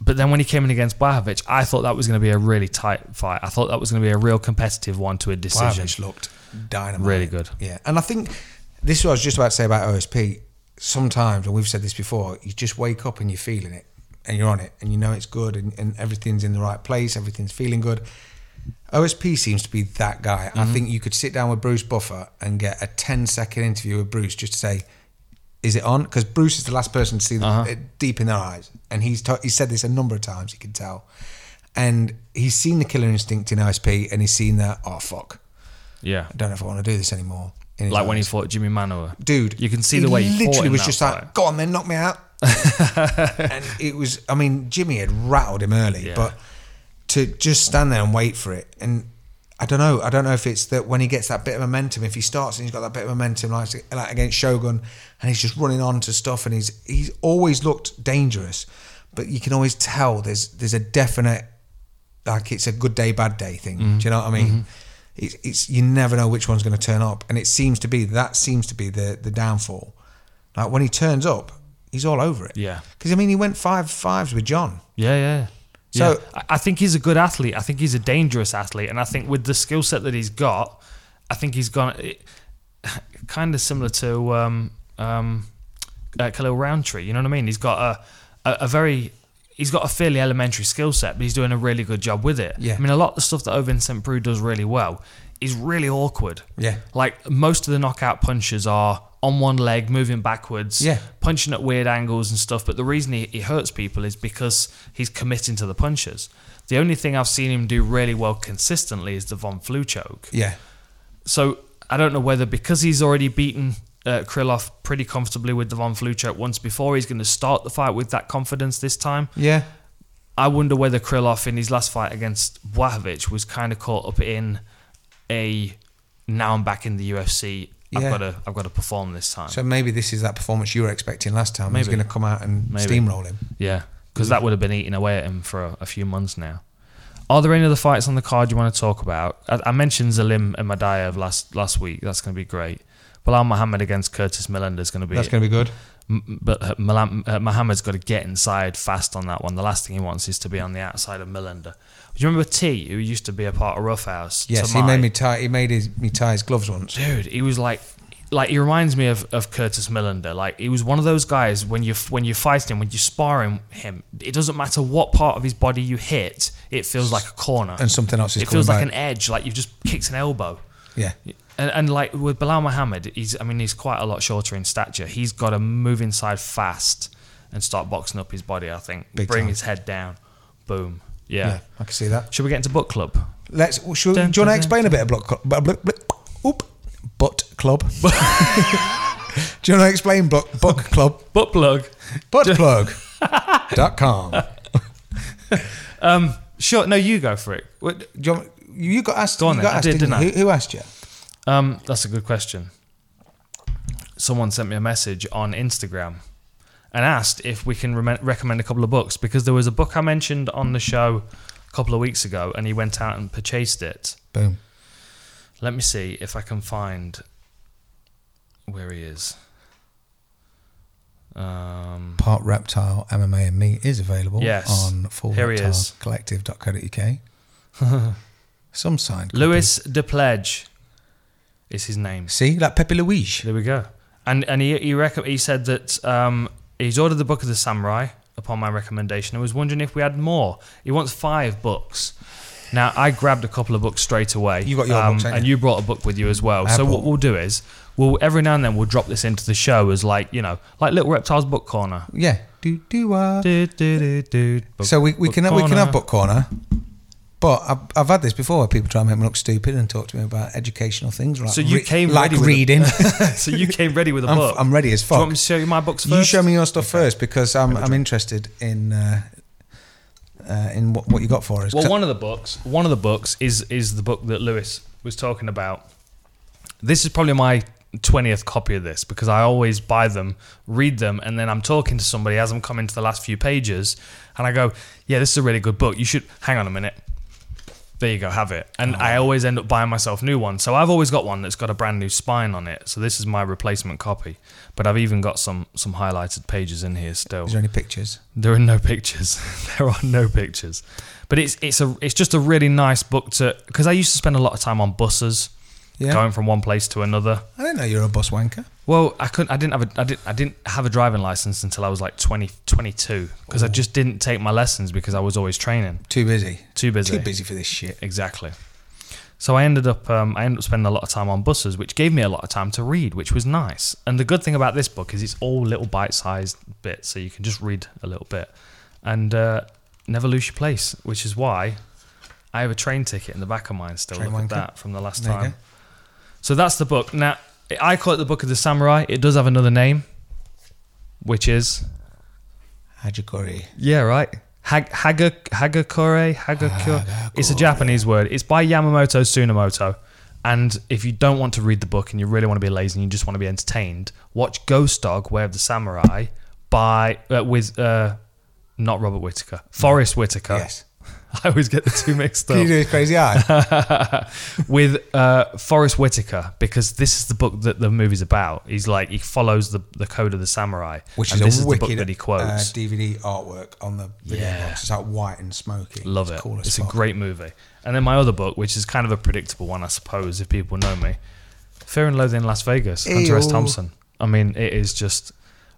[SPEAKER 2] but then when he came in against Blahovic, I thought that was going to be a really tight fight. I thought that was going to be a real competitive one to a decision.
[SPEAKER 3] Savage looked dynamite.
[SPEAKER 2] Really good.
[SPEAKER 3] Yeah. And I think this is what I was just about to say about OSP. Sometimes, and we've said this before, you just wake up and you're feeling it and you're on it and you know it's good and, and everything's in the right place, everything's feeling good. OSP seems to be that guy. I
[SPEAKER 2] Mm-hmm.
[SPEAKER 3] think you could sit down with Bruce Buffer and get a 10 second interview with Bruce just to say, is it on? Because Bruce is the last person to see them
[SPEAKER 2] Uh-huh.
[SPEAKER 3] it deep in their eyes, and he's t- he's said this a number of times. You can tell, and he's seen the killer instinct in OSP, and he's seen that. Oh fuck,
[SPEAKER 2] Yeah,
[SPEAKER 3] I don't know if I want to do this anymore. in his
[SPEAKER 2] like when he
[SPEAKER 3] eyes.
[SPEAKER 2] fought Jimmy Manoa,
[SPEAKER 3] dude,
[SPEAKER 2] You can see the way he fought
[SPEAKER 3] literally
[SPEAKER 2] in
[SPEAKER 3] was
[SPEAKER 2] that
[SPEAKER 3] just
[SPEAKER 2] fight.
[SPEAKER 3] like, go on then, knock me out. and it was, I mean, Jimmy had rattled him early,
[SPEAKER 2] Yeah.
[SPEAKER 3] but to just stand there and wait for it, and I don't know, I don't know if it's that when he gets that bit of momentum, if he starts and he's got that bit of momentum, like, like against Shogun, and he's just running on to stuff, and he's he's always looked dangerous, but you can always tell there's there's a definite like it's a good day, bad day thing.
[SPEAKER 2] Mm-hmm.
[SPEAKER 3] Do you know what I mean? It's, it's you never know which one's going to turn up, and it seems to be that seems to be the the downfall. Like when he turns up, he's all over it.
[SPEAKER 2] Yeah.
[SPEAKER 3] because I mean he went five fives with John.
[SPEAKER 2] Yeah, yeah.
[SPEAKER 3] So-
[SPEAKER 2] yeah. I- I think he's a good athlete. I think he's a dangerous athlete, and I think with the skill set that he's got, I think he's gonna kind of similar to um, um, uh, Khalil Roundtree. You know what I mean? He's got a a, a very He's got a fairly elementary skill set, but he's doing a really good job with it.
[SPEAKER 3] Yeah.
[SPEAKER 2] I mean, a lot of the stuff that Ovin St. Preux does really well is really awkward.
[SPEAKER 3] Yeah.
[SPEAKER 2] Like, most of the knockout punches are on one leg, moving backwards,
[SPEAKER 3] Yeah.
[SPEAKER 2] punching at weird angles and stuff. But the reason he, he hurts people is because he's committing to the punches. The only thing I've seen him do really well consistently is the Von Flu choke.
[SPEAKER 3] Yeah,
[SPEAKER 2] So I don't know whether because he's already beaten uh, Krylov pretty comfortably with the Von Flu choke once before, he's going to start the fight with that confidence this time.
[SPEAKER 3] yeah,
[SPEAKER 2] I wonder whether Krylov in his last fight against Blahovic was kind of caught up in a now I'm back in the UFC. I've
[SPEAKER 3] Yeah.
[SPEAKER 2] got to I've got to perform this time.
[SPEAKER 3] So maybe this is that performance you were expecting last time. He's
[SPEAKER 2] Maybe.
[SPEAKER 3] going to come out and
[SPEAKER 2] Maybe.
[SPEAKER 3] steamroll him.
[SPEAKER 2] Yeah, because that would have been eating away at him for a, a few months now. Are there any other fights on the card you want to talk about? I, I mentioned Zalim and Madayev last last week. That's going to be great. Bilal Muhammad against Curtis Millender is going to be.
[SPEAKER 3] That's going to be good.
[SPEAKER 2] M- but uh, Milan, uh, Muhammad's got to get inside fast on that one. The last thing he wants is to be on the outside of Millender. Do you remember T, who used to be a part of Roughhouse?
[SPEAKER 3] Yes, he
[SPEAKER 2] Tamai?
[SPEAKER 3] made me tie. He made his, me tie his gloves once.
[SPEAKER 2] Dude, he was like, like he reminds me of, of Curtis Millender. Like he was one of those guys when you when you're fighting him, when you're sparring him, it doesn't matter what part of his body you hit, it feels like a corner
[SPEAKER 3] And something else is
[SPEAKER 2] It feels like
[SPEAKER 3] coming
[SPEAKER 2] an edge, like you've just kicked an elbow.
[SPEAKER 3] Yeah.
[SPEAKER 2] And, and like with Bilal Muhammad, he's I mean he's quite a lot shorter in stature. He's got to move inside fast and start boxing up his body. I think
[SPEAKER 3] Big
[SPEAKER 2] bring
[SPEAKER 3] time.
[SPEAKER 2] his head down, boom. Yeah.
[SPEAKER 3] Yeah, I can see that.
[SPEAKER 2] Should we get into book club?
[SPEAKER 3] Let's. well, Should,
[SPEAKER 2] Dun,
[SPEAKER 3] do you
[SPEAKER 2] dun,
[SPEAKER 3] want to explain a bit about cl- bu- bl- bl- oop, butt club? do you want to explain book book club?
[SPEAKER 2] Book plug.
[SPEAKER 3] Buttplug.com. Do
[SPEAKER 2] Sure. No, you go for it. What-
[SPEAKER 3] you, want, you got asked.
[SPEAKER 2] Go on
[SPEAKER 3] you
[SPEAKER 2] then.
[SPEAKER 3] got
[SPEAKER 2] I
[SPEAKER 3] asked,
[SPEAKER 2] did,
[SPEAKER 3] didn't
[SPEAKER 2] didn't
[SPEAKER 3] you?
[SPEAKER 2] I?
[SPEAKER 3] Who, who asked you?
[SPEAKER 2] Um, that's a good question. Someone sent me a message on Instagram and asked if we can rem- recommend a couple of books because there was a book I mentioned on the show a couple of weeks ago, and he went out and purchased it.
[SPEAKER 3] Boom.
[SPEAKER 2] Let me see if I can find where he is. Um,
[SPEAKER 3] Part Reptile MMA and Me is available
[SPEAKER 2] Yes.
[SPEAKER 3] on full
[SPEAKER 2] Here he
[SPEAKER 3] reptile
[SPEAKER 2] is.
[SPEAKER 3] collective.co.uk. Some signed. copy.
[SPEAKER 2] Louis de Pledge is his name.
[SPEAKER 3] See, like Pepe Luigi.
[SPEAKER 2] There we go. And and he he, rec- he said that um, he's ordered the book of the samurai upon my recommendation. I was wondering if we had more. He wants five books. Now I grabbed a couple of books straight away. um,
[SPEAKER 3] You got your books, ain't
[SPEAKER 2] and
[SPEAKER 3] you?
[SPEAKER 2] you brought a book with you as well.
[SPEAKER 3] I
[SPEAKER 2] so what
[SPEAKER 3] brought-
[SPEAKER 2] we'll do is we'll every now and then we'll drop this into the show as like you know like little reptiles book corner.
[SPEAKER 3] Yeah. Do do uh.
[SPEAKER 2] Do, do, do, do, book-
[SPEAKER 3] So we, we
[SPEAKER 2] book
[SPEAKER 3] can we can
[SPEAKER 2] corner.
[SPEAKER 3] have book corner. But I've, I've had this before where people try and make me look stupid and talk to me about educational things. Like
[SPEAKER 2] So you
[SPEAKER 3] re-
[SPEAKER 2] came
[SPEAKER 3] like
[SPEAKER 2] ready with a-
[SPEAKER 3] reading.
[SPEAKER 2] so you came ready with a
[SPEAKER 3] I'm,
[SPEAKER 2] book.
[SPEAKER 3] I'm ready as
[SPEAKER 2] Do you
[SPEAKER 3] fuck.
[SPEAKER 2] want me to show you my books first?
[SPEAKER 3] You show me your stuff first because I'm I'm interested in uh, uh, in what, what you got for us.
[SPEAKER 2] Well,
[SPEAKER 3] 'Cause
[SPEAKER 2] one of the books, one of the books is is the book that Lewis was talking about. This is probably my twentieth copy of this because I always buy them, read them, and then I'm talking to somebody as I'm coming to the last few pages, and I go, "Yeah, this is a really good book. You should hang on a minute." There you go, have it. And I always end up buying myself new ones. So I've always got one that's got a brand new spine on it. So this is my replacement copy. But I've even got some some highlighted pages in here still.
[SPEAKER 3] is there any pictures?
[SPEAKER 2] There are no pictures. there are no pictures. But it's it's a it's just a really nice book to because I used to spend a lot of time on buses,
[SPEAKER 3] Yeah.
[SPEAKER 2] going from one place to another.
[SPEAKER 3] I didn't know you were a bus wanker.
[SPEAKER 2] Well, I couldn't. I didn't have a. I didn't. I didn't have a driving license until I was like 20, 22 because I just didn't take my lessons because I was always training.
[SPEAKER 3] Too busy.
[SPEAKER 2] Too busy.
[SPEAKER 3] Too busy for this shit.
[SPEAKER 2] Exactly. So I ended up um, I ended up spending a lot of time on buses, which gave me a lot of time to read, which was nice. And the good thing about this book is it's all little bite-sized bits, so you can just read a little bit and uh, never lose your place, which is why I have a train ticket in the back of mine still.
[SPEAKER 3] Train
[SPEAKER 2] Look
[SPEAKER 3] wanker.
[SPEAKER 2] at that from the last
[SPEAKER 3] There you
[SPEAKER 2] time.
[SPEAKER 3] go.
[SPEAKER 2] So that's the book. Now I call it the Book of the Samurai. It does have another name, which is
[SPEAKER 3] Hajikori.
[SPEAKER 2] yeah, right. Hag- Haga Hagakure Hagakure. It's a Japanese word. It's by Yamamoto Tsunamoto. And if you don't want to read the book and you really want to be lazy and you just want to be entertained, watch Ghost Dog: Way of the Samurai by uh, with uh, not Robert Whittaker, Forrest Whitaker.
[SPEAKER 3] Yes.
[SPEAKER 2] I always get the two mixed up
[SPEAKER 3] Can you do his crazy eye?
[SPEAKER 2] with uh, Forrest Whitaker because this is the book that the movie's about. He's like he follows the the code of the samurai,
[SPEAKER 3] Which
[SPEAKER 2] and
[SPEAKER 3] is
[SPEAKER 2] this
[SPEAKER 3] a
[SPEAKER 2] is
[SPEAKER 3] wicked
[SPEAKER 2] the book that he
[SPEAKER 3] uh,
[SPEAKER 2] quotes.
[SPEAKER 3] DVD artwork on the video
[SPEAKER 2] Yeah.
[SPEAKER 3] box. It's like white and smoky.
[SPEAKER 2] Love
[SPEAKER 3] it's
[SPEAKER 2] it.
[SPEAKER 3] Cool as
[SPEAKER 2] it's
[SPEAKER 3] fuck.
[SPEAKER 2] a great movie. And then my other book, which is kind of a predictable one, I suppose, if people know me, Fear and Loathing in Las Vegas, Hunter S.
[SPEAKER 3] Ayo.
[SPEAKER 2] Thompson. I mean, it is just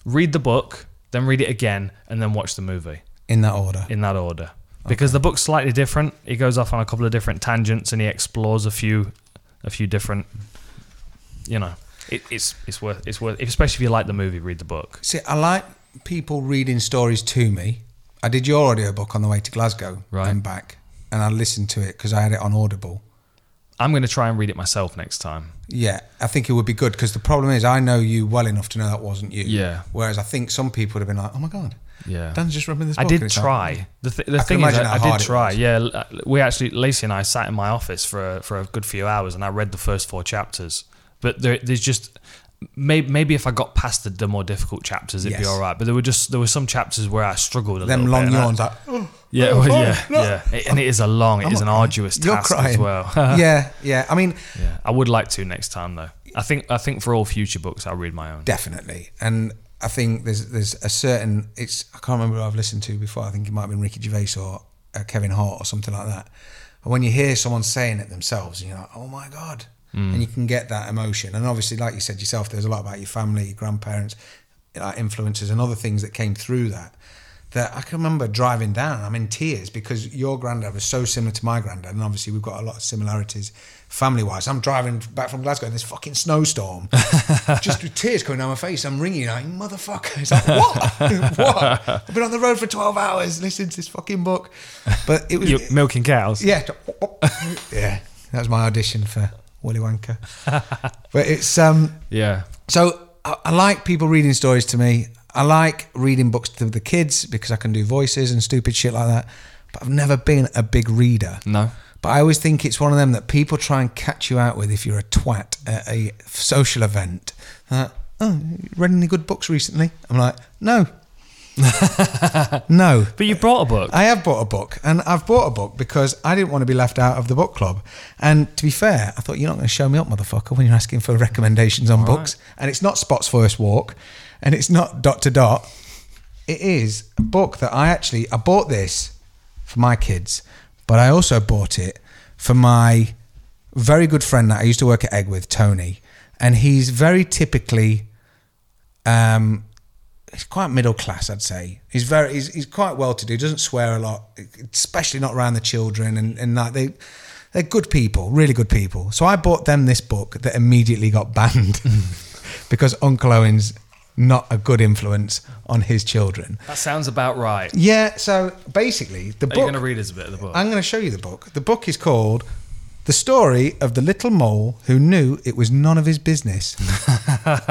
[SPEAKER 2] read the book, then read it again, and then watch the movie
[SPEAKER 3] in that order.
[SPEAKER 2] in that order. Because the book's slightly different. He goes off on a couple of different tangents and he explores a few, a few different. You know, it, it's it's worth it's worth especially if you like the movie, read the book.
[SPEAKER 3] See, I like people reading stories to me. I did your audiobook on the way to Glasgow
[SPEAKER 2] Right.
[SPEAKER 3] and back, and I listened to it because I had it on Audible.
[SPEAKER 2] I'm going to try and read it myself next time.
[SPEAKER 3] Yeah, I think it would be good because the problem is I know you well enough to know that wasn't you.
[SPEAKER 2] Yeah.
[SPEAKER 3] Whereas I think some people would have been like, "Oh my god,
[SPEAKER 2] Yeah.
[SPEAKER 3] Dan's just rubbing this."
[SPEAKER 2] I
[SPEAKER 3] book," and
[SPEAKER 2] did
[SPEAKER 3] it's like,
[SPEAKER 2] try. the th- the
[SPEAKER 3] can
[SPEAKER 2] thing is,
[SPEAKER 3] imagine
[SPEAKER 2] I,
[SPEAKER 3] how
[SPEAKER 2] I
[SPEAKER 3] hard
[SPEAKER 2] did
[SPEAKER 3] it
[SPEAKER 2] try.
[SPEAKER 3] was.
[SPEAKER 2] Yeah, l- uh, we actually, Lacey and I sat in my office for a, for a good few hours, and I read the first four chapters. But there, there's just maybe, maybe if I got past the, the more difficult chapters, it'd be
[SPEAKER 3] Yes.
[SPEAKER 2] all right. But there were just there were some chapters where I struggled a
[SPEAKER 3] Them
[SPEAKER 2] little
[SPEAKER 3] long
[SPEAKER 2] bit. and I-
[SPEAKER 3] yawns, like, "Oh,
[SPEAKER 2] yeah,
[SPEAKER 3] oh,
[SPEAKER 2] well,
[SPEAKER 3] oh,
[SPEAKER 2] yeah,
[SPEAKER 3] no."
[SPEAKER 2] yeah. It- and it is a long, it is an arduous
[SPEAKER 3] You're
[SPEAKER 2] task
[SPEAKER 3] crying.
[SPEAKER 2] as well.
[SPEAKER 3] yeah, yeah. I mean,
[SPEAKER 2] yeah, I would like to next time though. I think I think for all future books, I'll read my own.
[SPEAKER 3] definitely. And I think there's there's a certain it's I can't remember who I've listened to before. I think it might have been Ricky Gervais or uh, Kevin Hart or something like that. And when you hear someone saying it themselves, and you're like, "Oh my god." and you can get that emotion. And obviously, like you said yourself, there's a lot about your family, your grandparents, like influences, and other things that came through that. That I can remember driving down, I'm in tears because your granddad was so similar to my granddad, and obviously we've got a lot of similarities family wise. I'm driving back from Glasgow in this fucking snowstorm, just with tears coming down my face. I'm ringing, like, motherfucker. It's like, what? what? I've been on the road for 12 hours listening to this fucking book. But it was.
[SPEAKER 2] You're milking cows.
[SPEAKER 3] Yeah. yeah. That was my audition for Willy Wanker. but it's um
[SPEAKER 2] Yeah.
[SPEAKER 3] so I, I like people reading stories to me. I like reading books to the kids because I can do voices and stupid shit like that. But I've never been a big reader.
[SPEAKER 2] No.
[SPEAKER 3] But I always think it's one of them that people try and catch you out with if you're a twat at a social event. Uh, oh, you read any good books recently? I'm like, no. no.
[SPEAKER 2] But you brought a book.
[SPEAKER 3] I have bought a book, and I've bought a book because I didn't want to be left out of the book club. And to be fair, I thought you're not going to show me up, motherfucker, when you're asking for recommendations on books. And it's not Spot's First Walk, and it's not Dot to Dot. It is a book that I actually I bought this for my kids, but I also bought it for my very good friend that I used to work at Egg with, Tony, and he's very typically um, he's quite middle class, I'd say. He's very, he's, he's quite well to do. Doesn't swear a lot, especially not around the children and and that they. They're good people, really good people. So I bought them this book that immediately got banned because Uncle Owen's not a good influence on his children.
[SPEAKER 2] That sounds about right.
[SPEAKER 3] Yeah, so basically,
[SPEAKER 2] Are
[SPEAKER 3] the
[SPEAKER 2] you
[SPEAKER 3] book.
[SPEAKER 2] going to read us a bit of the book?
[SPEAKER 3] I'm going to show you the book. The book is called The Story of the Little Mole Who Knew It Was None of His Business.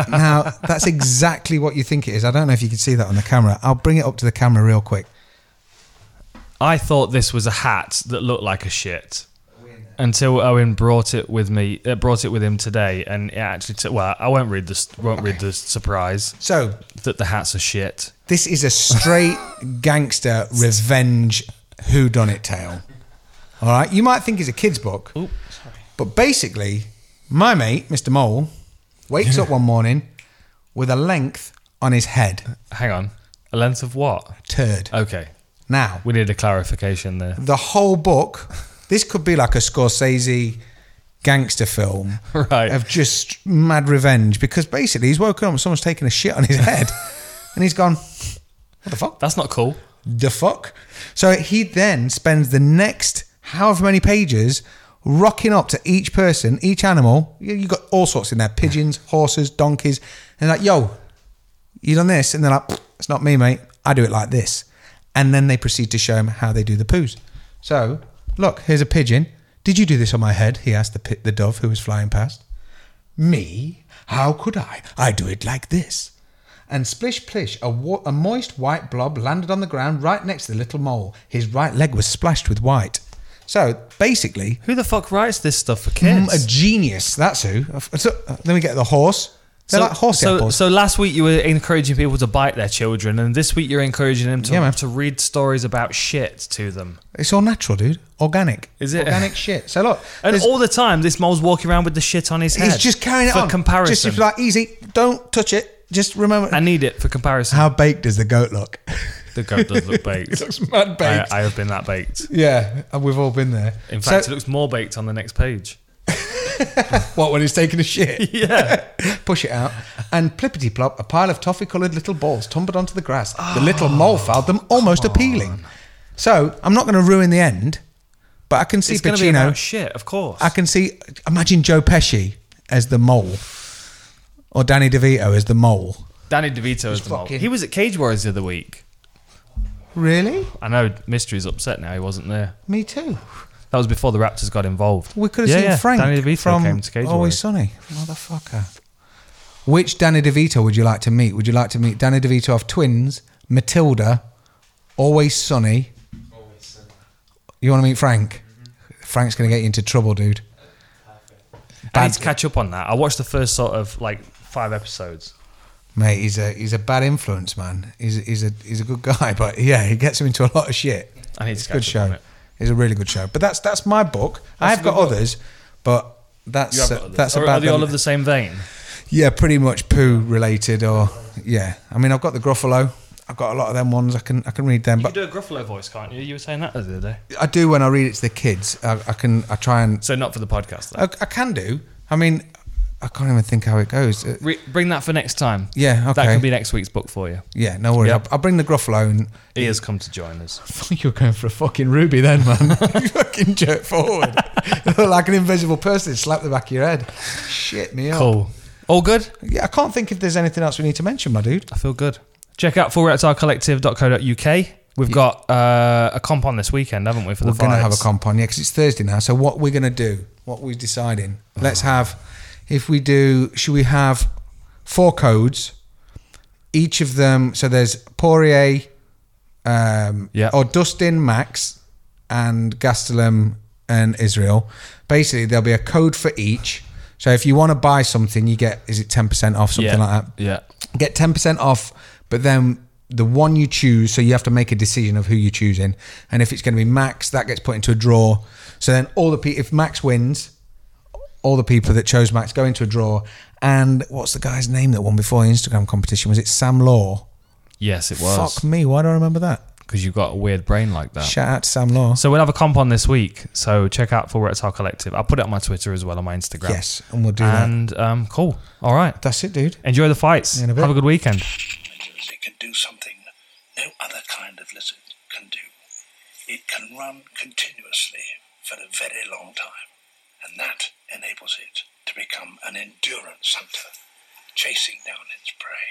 [SPEAKER 3] now, that's exactly what you think it is. I don't know if you can see that on the camera. I'll bring it up to the camera real quick.
[SPEAKER 2] I thought this was a hat that looked like a shit until Owen brought it with me. Uh, brought it with him today, and it actually. T- well, I won't read this. Won't read the surprise
[SPEAKER 3] So,
[SPEAKER 2] that the hat's a shit.
[SPEAKER 3] this is a straight gangster revenge whodunit tale. All right? You might think it's a kid's book. But basically, my mate, Mr. Mole, wakes up one morning with a length on his head.
[SPEAKER 2] Hang on, a length of what?
[SPEAKER 3] Turd.
[SPEAKER 2] Okay,
[SPEAKER 3] Now,
[SPEAKER 2] we need a clarification there.
[SPEAKER 3] the whole book. This could be like a Scorsese gangster film
[SPEAKER 2] Right.
[SPEAKER 3] of just mad revenge because basically he's woken up and someone's taken a shit on his head and he's gone, what the fuck?
[SPEAKER 2] That's not cool.
[SPEAKER 3] The fuck? So he then spends the next however many pages rocking up to each person, each animal. You- You've got all sorts in there pigeons, horses, donkeys. And they're like, yo, you done this? And they're like, it's not me, mate. I do it like this. And then they proceed to show him how they do the poos. So, look, here's a pigeon. Did you do this on my head? He asked the, pi- the dove who was flying past. Me? How could I? I do it like this. And splish plish, a, wa- a moist white blob landed on the ground right next to the little mole. His right leg was splashed with white. So basically,
[SPEAKER 2] Who the fuck writes this stuff for
[SPEAKER 3] mm,
[SPEAKER 2] kids?
[SPEAKER 3] a genius. That's who. So, uh, then we get the horse. They're like horse
[SPEAKER 2] so,
[SPEAKER 3] apples.
[SPEAKER 2] so last week you were encouraging people to bite their children, and this week you're encouraging them to,
[SPEAKER 3] Yeah, man.
[SPEAKER 2] to read stories about shit to them.
[SPEAKER 3] it's all natural, dude. Organic.
[SPEAKER 2] Is it?
[SPEAKER 3] organic shit? So look,
[SPEAKER 2] And
[SPEAKER 3] there's-
[SPEAKER 2] all the time, this mole's walking around with the shit on his head.
[SPEAKER 3] he's just carrying it
[SPEAKER 2] for
[SPEAKER 3] on.
[SPEAKER 2] comparison.
[SPEAKER 3] Just it's like easy. Don't touch it. Just remember.
[SPEAKER 2] I need it for comparison.
[SPEAKER 3] how baked does the goat look?
[SPEAKER 2] the goat does look
[SPEAKER 3] it
[SPEAKER 2] baked.
[SPEAKER 3] looks mad
[SPEAKER 2] I,
[SPEAKER 3] baked.
[SPEAKER 2] I have been that baked.
[SPEAKER 3] yeah, and we've all been there.
[SPEAKER 2] In
[SPEAKER 3] So-
[SPEAKER 2] fact, it looks more baked on the next page.
[SPEAKER 3] What when he's taking a shit?
[SPEAKER 2] Yeah.
[SPEAKER 3] Push it out, and plippity plop, a pile of toffee-coloured little balls tumbled onto the grass. the little
[SPEAKER 2] Oh,
[SPEAKER 3] mole found them almost appealing. So I'm not going to ruin the end, but I can see
[SPEAKER 2] It's going to be about
[SPEAKER 3] Pacino.
[SPEAKER 2] shit, of course.
[SPEAKER 3] I can see. Imagine Joe Pesci as the mole, or Danny DeVito as the mole.
[SPEAKER 2] Danny DeVito is the mole.
[SPEAKER 3] fucking-
[SPEAKER 2] He was at Cage Warriors the other week.
[SPEAKER 3] Really?
[SPEAKER 2] I know Mystery's upset now. He wasn't there.
[SPEAKER 3] Me too.
[SPEAKER 2] That was before the Raptors got involved.
[SPEAKER 3] We could have
[SPEAKER 2] Yeah,
[SPEAKER 3] seen
[SPEAKER 2] yeah.
[SPEAKER 3] Frank
[SPEAKER 2] Danny DeVito
[SPEAKER 3] from
[SPEAKER 2] came to Cage
[SPEAKER 3] Always
[SPEAKER 2] Warriors.
[SPEAKER 3] Sunny. Motherfucker. Which Danny DeVito would you like to meet? Would you like to meet Danny DeVito of Twins, Matilda, Always Sunny? You want to meet Frank?
[SPEAKER 2] Mm-hmm.
[SPEAKER 3] Frank's going to get you into trouble, dude.
[SPEAKER 2] I
[SPEAKER 3] Bad-
[SPEAKER 2] need to catch up on that. I watched the first sort of like five episodes.
[SPEAKER 3] Mate, he's a he's a bad influence, man. He's he's a he's a good guy, but yeah, he gets him into a lot of shit.
[SPEAKER 2] I need
[SPEAKER 3] it's
[SPEAKER 2] to
[SPEAKER 3] a good
[SPEAKER 2] catch up on
[SPEAKER 3] show.
[SPEAKER 2] it.
[SPEAKER 3] It's a really good show. But that's that's my book. I've got others, but that's
[SPEAKER 2] You have
[SPEAKER 3] uh,
[SPEAKER 2] got others.
[SPEAKER 3] that's
[SPEAKER 2] are,
[SPEAKER 3] about
[SPEAKER 2] are they
[SPEAKER 3] them.
[SPEAKER 2] all of the same vein?
[SPEAKER 3] Yeah, pretty much poo related or yeah. I mean, I've got the Gruffalo. I've got a lot of them ones. I can I can read them,
[SPEAKER 2] You
[SPEAKER 3] but
[SPEAKER 2] do a Gruffalo voice, can't you? You were saying that the other day.
[SPEAKER 3] I do when I read it to the kids. I, I can I try and
[SPEAKER 2] So not for the podcast. Though.
[SPEAKER 3] I, I can do, I mean, I can't even think how it goes. Uh,
[SPEAKER 2] Re- bring that for next time.
[SPEAKER 3] Yeah,
[SPEAKER 2] That
[SPEAKER 3] okay.
[SPEAKER 2] can be next week's book for you.
[SPEAKER 3] yeah, no worries.
[SPEAKER 2] Yep.
[SPEAKER 3] I'll, I'll bring the Gruffalo and
[SPEAKER 2] He has come to join us.
[SPEAKER 3] You're going for a fucking ruby then, man. you fucking jerk forward. like an invisible person that slapped the back of your head. Shit me up.
[SPEAKER 2] Cool. All good?
[SPEAKER 3] Yeah, I can't think if there's anything else we need to mention, my dude.
[SPEAKER 2] I feel good. Check out fullreptilecollective.co.uk. We've got uh, a comp on this weekend, haven't we, for
[SPEAKER 3] We're
[SPEAKER 2] the
[SPEAKER 3] going to have a
[SPEAKER 2] fights?
[SPEAKER 3] comp on, yeah, because it's Thursday now. So what we're going to do, what we're deciding, let's
[SPEAKER 2] Uh-huh.
[SPEAKER 3] have, if we do, should we have four codes, each of them, so there's Poirier, um,
[SPEAKER 2] Yeah.
[SPEAKER 3] or Dustin, Max, and Gastelum and Israel. Basically, there'll be a code for each. So if you want to buy something, you get, is it 10% off, something
[SPEAKER 2] yeah.
[SPEAKER 3] like that?
[SPEAKER 2] Yeah.
[SPEAKER 3] get 10% off but then the one you choose so you have to make a decision of who you're choosing and if it's going to be max that gets put into a draw so then all the people if max wins all the people that chose max go into a draw and what's the guy's name that won before the instagram competition was it sam law
[SPEAKER 2] Yes, it was.
[SPEAKER 3] fuck me why do i remember that
[SPEAKER 2] Because you've got a weird brain like that.
[SPEAKER 3] shout out to sam law
[SPEAKER 2] So we'll have a comp on this week. So check out Full Reptile Collective. I'll put it on my Twitter as well, on my Instagram.
[SPEAKER 3] yes and we'll do that
[SPEAKER 2] And um, cool. All right.
[SPEAKER 3] that's it dude
[SPEAKER 2] Enjoy the fights.
[SPEAKER 3] In a bit.
[SPEAKER 2] Have a good weekend.
[SPEAKER 5] Because It can do something no other kind of lizard can do. It can run continuously for a very long time, and that enables it to become an endurance hunter, chasing down its prey.